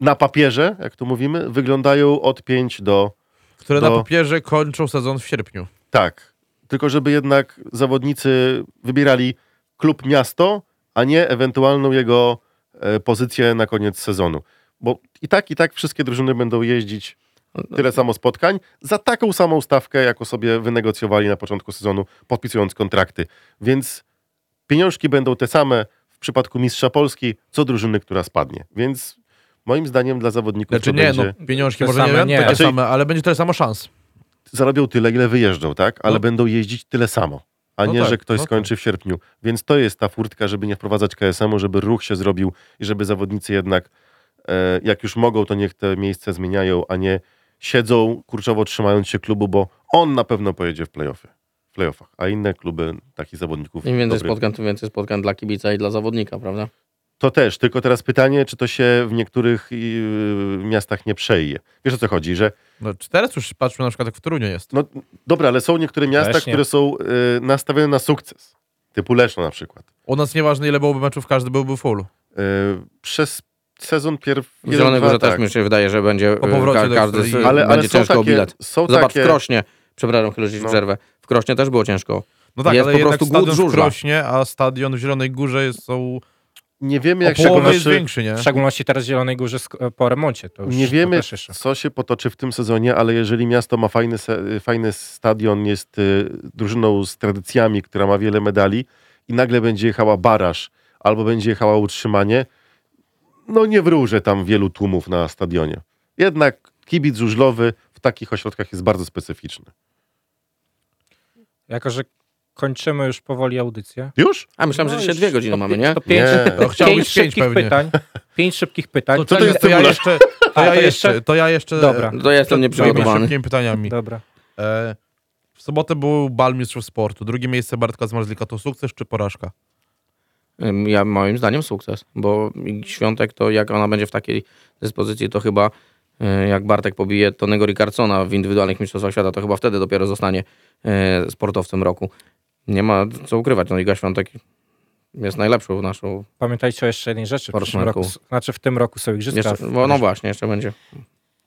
Speaker 2: na papierze, jak tu mówimy, wyglądają od 5 do...
Speaker 3: które
Speaker 2: do-
Speaker 3: na papierze kończą sezon w sierpniu.
Speaker 2: Tak. Tylko żeby jednak zawodnicy wybierali klub miasto, a nie ewentualną jego e, pozycję na koniec sezonu. Bo i tak, i tak wszystkie drużyny będą jeździć tyle samo spotkań za taką samą stawkę, jaką sobie wynegocjowali na początku sezonu, podpisując kontrakty. Więc pieniążki będą te same w przypadku mistrza Polski, co drużyny, która spadnie. Więc moim zdaniem dla zawodników
Speaker 3: Znaczy
Speaker 2: to
Speaker 3: nie,
Speaker 2: będzie...
Speaker 3: no pieniążki
Speaker 4: Te
Speaker 3: może
Speaker 4: same
Speaker 3: nie,
Speaker 4: nie.
Speaker 3: nie. takie
Speaker 2: Znaczy-
Speaker 3: same, ale będzie tyle samo szans.
Speaker 2: zarobią tyle, ile wyjeżdżą, tak? Ale
Speaker 3: No.
Speaker 2: będą jeździć tyle samo. A
Speaker 3: No
Speaker 2: nie,
Speaker 3: tak,
Speaker 2: że ktoś
Speaker 3: no
Speaker 2: skończy w sierpniu. Więc to jest ta furtka, żeby nie wprowadzać KSM-u, żeby ruch się zrobił i żeby zawodnicy jednak, e, jak już mogą, to niech te miejsce zmieniają, a nie siedzą kurczowo trzymając się klubu, bo on na pewno pojedzie w playoffy. W playoffach, a inne kluby takich zawodników
Speaker 5: Im więcej
Speaker 2: dobrych
Speaker 5: spotkań, tym więcej spotkań dla kibica i dla zawodnika, prawda?
Speaker 2: To też, tylko teraz pytanie, czy to się w niektórych yy, miastach nie przeje. Wiesz o co chodzi, że
Speaker 3: No, czy teraz już patrzmy na przykład jak w Toruniu jest.
Speaker 2: no dobra, ale są niektóre miasta,
Speaker 4: Właśnie.
Speaker 2: które są yy, nastawione na sukces. Typu Leszno na przykład.
Speaker 3: U nas nieważne ile byłoby meczów, każdy byłby full.
Speaker 2: Yy, przez sezon pierwszy... tak.
Speaker 5: W Zielonej Górze też mi się wydaje, że będzie
Speaker 3: Po powrocie
Speaker 5: ka-
Speaker 3: do
Speaker 5: każdy
Speaker 3: Ekstraligi.
Speaker 5: ale,
Speaker 2: Ale- ale
Speaker 5: będzie
Speaker 2: są
Speaker 5: ciężko o
Speaker 2: takie-
Speaker 5: bilet.
Speaker 2: są
Speaker 5: Zobacz,
Speaker 2: takie-
Speaker 5: w Krośnie, przepraszam, chwilę, że ci
Speaker 2: No.
Speaker 5: przerwę. W Krośnie też było ciężko.
Speaker 3: No tak,
Speaker 5: Jest
Speaker 3: ale
Speaker 5: po
Speaker 3: jednak
Speaker 5: prostu głód
Speaker 3: stadion w
Speaker 5: żużla.
Speaker 3: Krośnie, a stadion w Zielonej Górze jest, są
Speaker 2: Nie wiemy,
Speaker 3: o
Speaker 2: jak się
Speaker 3: połowę jest
Speaker 2: potoczy,
Speaker 3: większy, nie?
Speaker 4: W szczególności teraz w Zielonej Górze sk- po remoncie. To już
Speaker 2: nie
Speaker 4: to
Speaker 2: wiemy,
Speaker 4: też jeszcze.
Speaker 2: co się potoczy w tym sezonie, ale jeżeli miasto ma fajny, se- fajny stadion, jest y, drużyną z tradycjami, która ma wiele medali i nagle będzie jechała baraż albo będzie jechała utrzymanie, no nie wróżę tam wielu tłumów na stadionie. Jednak kibic żużlowy w takich ośrodkach jest bardzo specyficzny.
Speaker 4: Jako, że kończymy już powoli audycję.
Speaker 2: Już?
Speaker 5: A myślałem, że
Speaker 4: No
Speaker 5: dzisiaj
Speaker 4: już-
Speaker 5: dwie godziny
Speaker 4: to
Speaker 5: mamy,
Speaker 4: pi-
Speaker 5: nie?
Speaker 4: To pięć,
Speaker 2: Nie.
Speaker 4: to
Speaker 3: No, chciałbyś
Speaker 4: pięć
Speaker 3: pięć
Speaker 4: szybkich
Speaker 3: pewnie.
Speaker 4: pytań. Pięć szybkich pytań.
Speaker 3: No to,
Speaker 2: jest
Speaker 3: ja
Speaker 2: cebula?
Speaker 3: jeszcze, to ja
Speaker 4: to
Speaker 3: jeszcze,
Speaker 4: jeszcze?
Speaker 3: to ja jeszcze...
Speaker 4: Dobra.
Speaker 5: To ja jestem
Speaker 3: Przed
Speaker 5: nieprzygotowany.
Speaker 3: szybkimi pytaniami.
Speaker 4: Dobra.
Speaker 3: E, w sobotę był bal mistrzów sportu. Drugie miejsce Bartka Zmarzlika. To sukces czy porażka?
Speaker 5: Ym, Ja moim zdaniem sukces, bo Świątek to jak ona będzie w takiej dyspozycji, to chyba y, jak Bartek pobije Tonego Ricardsona w indywidualnych mistrzostwach świata, to chyba wtedy dopiero zostanie y, sportowcem roku. Nie ma co ukrywać, no Iga Świątek jest najlepszą naszą.
Speaker 4: Pamiętajcie o jeszcze jednej rzeczy. W, przyszłym
Speaker 5: Porszmarku.
Speaker 4: roku, znaczy w tym roku są igrzyska.
Speaker 5: Jeszcze,
Speaker 4: w-
Speaker 5: no właśnie, jeszcze będzie.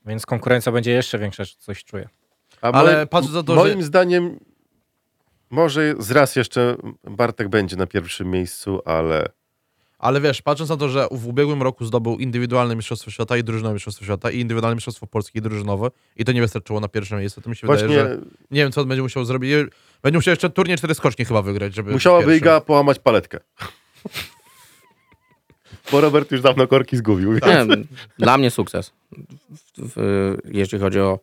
Speaker 4: Więc konkurencja będzie jeszcze większa, coś czuję.
Speaker 2: A
Speaker 3: Ale
Speaker 2: moim-
Speaker 3: patrz za to,
Speaker 2: Moim
Speaker 3: że-
Speaker 2: zdaniem może z raz jeszcze Bartek będzie na pierwszym miejscu, ale
Speaker 3: Ale wiesz, patrząc na to, że w ubiegłym roku zdobył indywidualne mistrzostwo świata i drużynowe mistrzostwo świata i indywidualne mistrzostwo polskie i drużynowe i to nie wystarczyło na pierwsze miejsce, to mi się
Speaker 2: właśnie
Speaker 3: wydaje, że nie wiem, co on będzie musiał zrobić. Będzie musiał jeszcze turniej cztery skoczni chyba wygrać, żeby... być
Speaker 2: Musiałaby
Speaker 3: pierwszym.
Speaker 2: Iga połamać paletkę. Bo Robert już dawno korki zgubił.
Speaker 4: Tak.
Speaker 5: Nie, dla mnie sukces, w, w, jeśli chodzi o,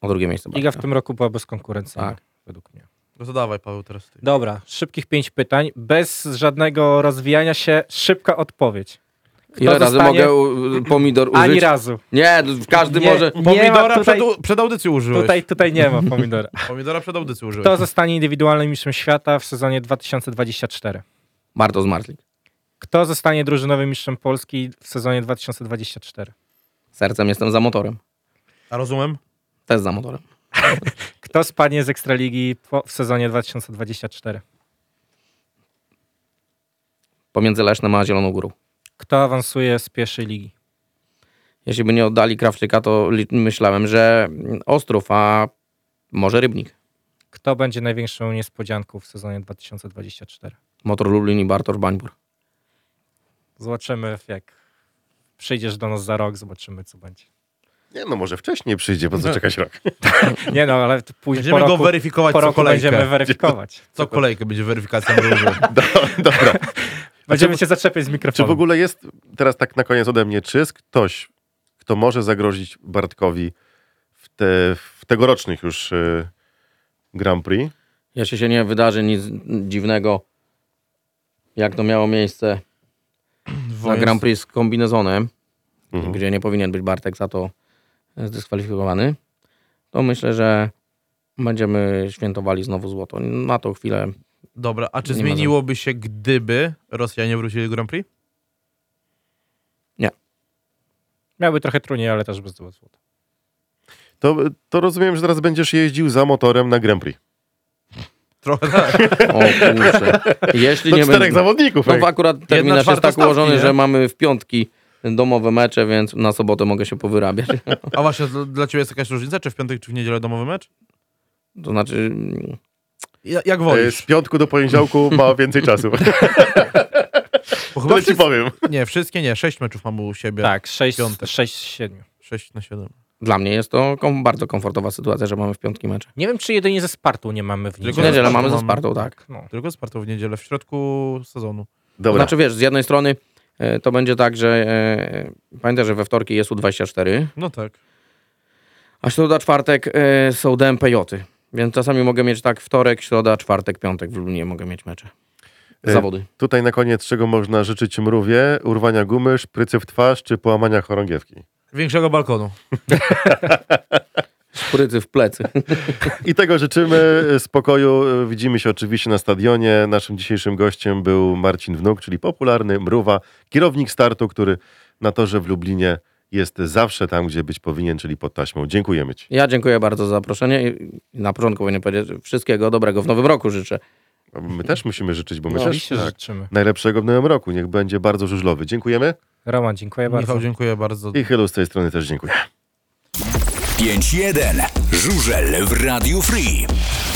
Speaker 5: o drugie miejsce.
Speaker 4: Liga w
Speaker 5: Bartka.
Speaker 4: tym roku była bezkonkurencyjna,
Speaker 5: Tak.
Speaker 4: według mnie.
Speaker 3: No to dawaj, Paweł, teraz ty.
Speaker 4: Dobra, szybkich pięć pytań, bez żadnego rozwijania się, szybka odpowiedź.
Speaker 5: Ile razy
Speaker 4: zostanie?
Speaker 5: mogę u, y, pomidor użyć?
Speaker 4: Ani razu.
Speaker 5: Nie, każdy
Speaker 4: Nie.
Speaker 5: może.
Speaker 4: Nie ma
Speaker 3: Pomidora
Speaker 4: tutaj-
Speaker 3: przed, przed audycją użyłeś.
Speaker 4: Tutaj, tutaj nie ma pomidora.
Speaker 3: Pomidora przed audycją użyłeś.
Speaker 4: Kto zostanie indywidualnym mistrzem świata w sezonie 2024?
Speaker 5: Bartosz Marslik.
Speaker 4: Kto zostanie drużynowym mistrzem Polski w sezonie 2024?
Speaker 5: Sercem jestem za motorem.
Speaker 3: A rozumiem?
Speaker 5: Też za motorem.
Speaker 4: Kto spadnie z Ekstraligi po- w sezonie 2024?
Speaker 5: Pomiędzy Lesznem a Zieloną Górą.
Speaker 4: Kto awansuje z pierwszej ligi?
Speaker 5: Jeśli by nie oddali Krawczyka, to li- myślałem, że Ostrów, a może Rybnik.
Speaker 4: Kto będzie największą niespodzianką w sezonie 2024?
Speaker 5: Motor Lublin i Bartosz Bańbur.
Speaker 4: Zobaczymy, jak przyjdziesz do nas za rok, zobaczymy, co będzie.
Speaker 2: Nie no, może wcześniej przyjdzie, po
Speaker 5: Tak.
Speaker 2: co czekać rok.
Speaker 4: Nie no, ale później po
Speaker 3: Będziemy go
Speaker 4: roku,
Speaker 3: weryfikować
Speaker 4: po
Speaker 3: co
Speaker 4: roku
Speaker 3: kolejkę. Znaczy,
Speaker 4: będziemy weryfikować.
Speaker 3: Co kolejkę będzie weryfikacja drużyny.
Speaker 2: Do, dobra.
Speaker 4: Będziemy cię zaczepiać z
Speaker 2: Czy w
Speaker 4: mikrofonu.
Speaker 2: ogóle jest, teraz tak na koniec ode mnie, czy jest ktoś, kto może zagrozić Bartkowi w, te, w tegorocznych już y, Grand Prix?
Speaker 5: Jeśli się nie wydarzy nic dziwnego, jak to miało miejsce na
Speaker 3: Wojenny-
Speaker 5: Grand Prix z kombinezonem,
Speaker 2: Mhm.
Speaker 5: gdzie nie powinien być Bartek za to zdyskwalifikowany, to myślę, że będziemy świętowali znowu złoto. Na tą chwilę
Speaker 3: Dobra, a czy
Speaker 5: Nie ma za-
Speaker 3: zmieniłoby się, gdyby Rosjanie wrócili do Grand Prix?
Speaker 4: Miałby trochę trudniej, ale też bez złota.
Speaker 2: To, to rozumiem, że teraz będziesz jeździł za motorem na Grand Prix.
Speaker 3: Trochę tak.
Speaker 5: O kurczę. Jeśli
Speaker 2: Do
Speaker 5: nie
Speaker 2: czterech
Speaker 5: będzie...
Speaker 2: zawodników.
Speaker 5: No
Speaker 2: ej.
Speaker 5: bo akurat terminarz jest
Speaker 3: czwarta
Speaker 5: tak ułożony,
Speaker 3: stawki, nie?
Speaker 5: że mamy w piątki domowe mecze, więc na sobotę mogę się powyrabiać.
Speaker 3: A właśnie, dla, dla ciebie jest jakaś różnica, czy w piątek, czy w niedzielę domowy mecz?
Speaker 5: To znaczy, mm,
Speaker 3: Ja, jak
Speaker 2: Y,
Speaker 3: wolisz?
Speaker 2: Z piątku do poniedziałku ma więcej czasu.
Speaker 3: Bo chyba
Speaker 2: To ci
Speaker 3: wszystkie,
Speaker 2: powiem.
Speaker 3: nie, wszystkie nie. Sześć meczów mamy u siebie.
Speaker 4: Tak, 6
Speaker 3: Piątek.
Speaker 4: z 7.
Speaker 3: Sześć na siedem.
Speaker 5: dla mnie jest to kom bardzo komfortowa sytuacja, że mamy w piątki mecze.
Speaker 4: Nie wiem, czy jedynie ze Spartą nie mamy w
Speaker 5: W
Speaker 3: ze
Speaker 4: niedzielę.
Speaker 5: niedzielę
Speaker 3: Spartą
Speaker 5: mamy ze
Speaker 3: mamy.
Speaker 5: Spartą, tak.
Speaker 4: No.
Speaker 3: Tylko Spartą w niedzielę, w środku sezonu.
Speaker 5: To
Speaker 2: Dobra.
Speaker 5: znaczy wiesz, z jednej strony e, to będzie tak, że e, pamiętaj, że we wtorki jest U24,
Speaker 3: No tak.
Speaker 5: a środa, czwartek e, są DMPJ. Więc czasami mogę mieć tak wtorek, środa, czwartek, piątek w Lublinie mogę mieć mecze.
Speaker 2: Y,
Speaker 5: Zawody.
Speaker 2: Tutaj na koniec, czego można życzyć mrówie? Urwania gumy, szprycy w twarz czy połamania chorągiewki?
Speaker 3: Większego balkonu.
Speaker 5: Szprycy w plecy.
Speaker 2: I tego życzymy, E, spokoju. Widzimy się oczywiście na stadionie. Naszym dzisiejszym gościem był Marcin Wnuk, czyli popularny mruwa, kierownik startu, który na torze w Lublinie jest zawsze tam, gdzie być powinien, czyli pod taśmą. Dziękujemy Ci.
Speaker 5: Ja dziękuję bardzo za zaproszenie i na początku powinien powiedzieć, że wszystkiego dobrego w nowym roku życzę.
Speaker 2: My też musimy życzyć, bo my
Speaker 5: No,
Speaker 2: też
Speaker 4: Oczywiście, że
Speaker 2: tak,
Speaker 4: życzymy.
Speaker 2: najlepszego w nowym roku. Niech będzie bardzo żużlowy. Dziękujemy
Speaker 4: Roman, dziękuję bardzo.
Speaker 3: Michał, dziękuję bardzo.
Speaker 2: i Chylu z tej strony też dziękuję.
Speaker 1: 5-1. Żużel w Radiu Free.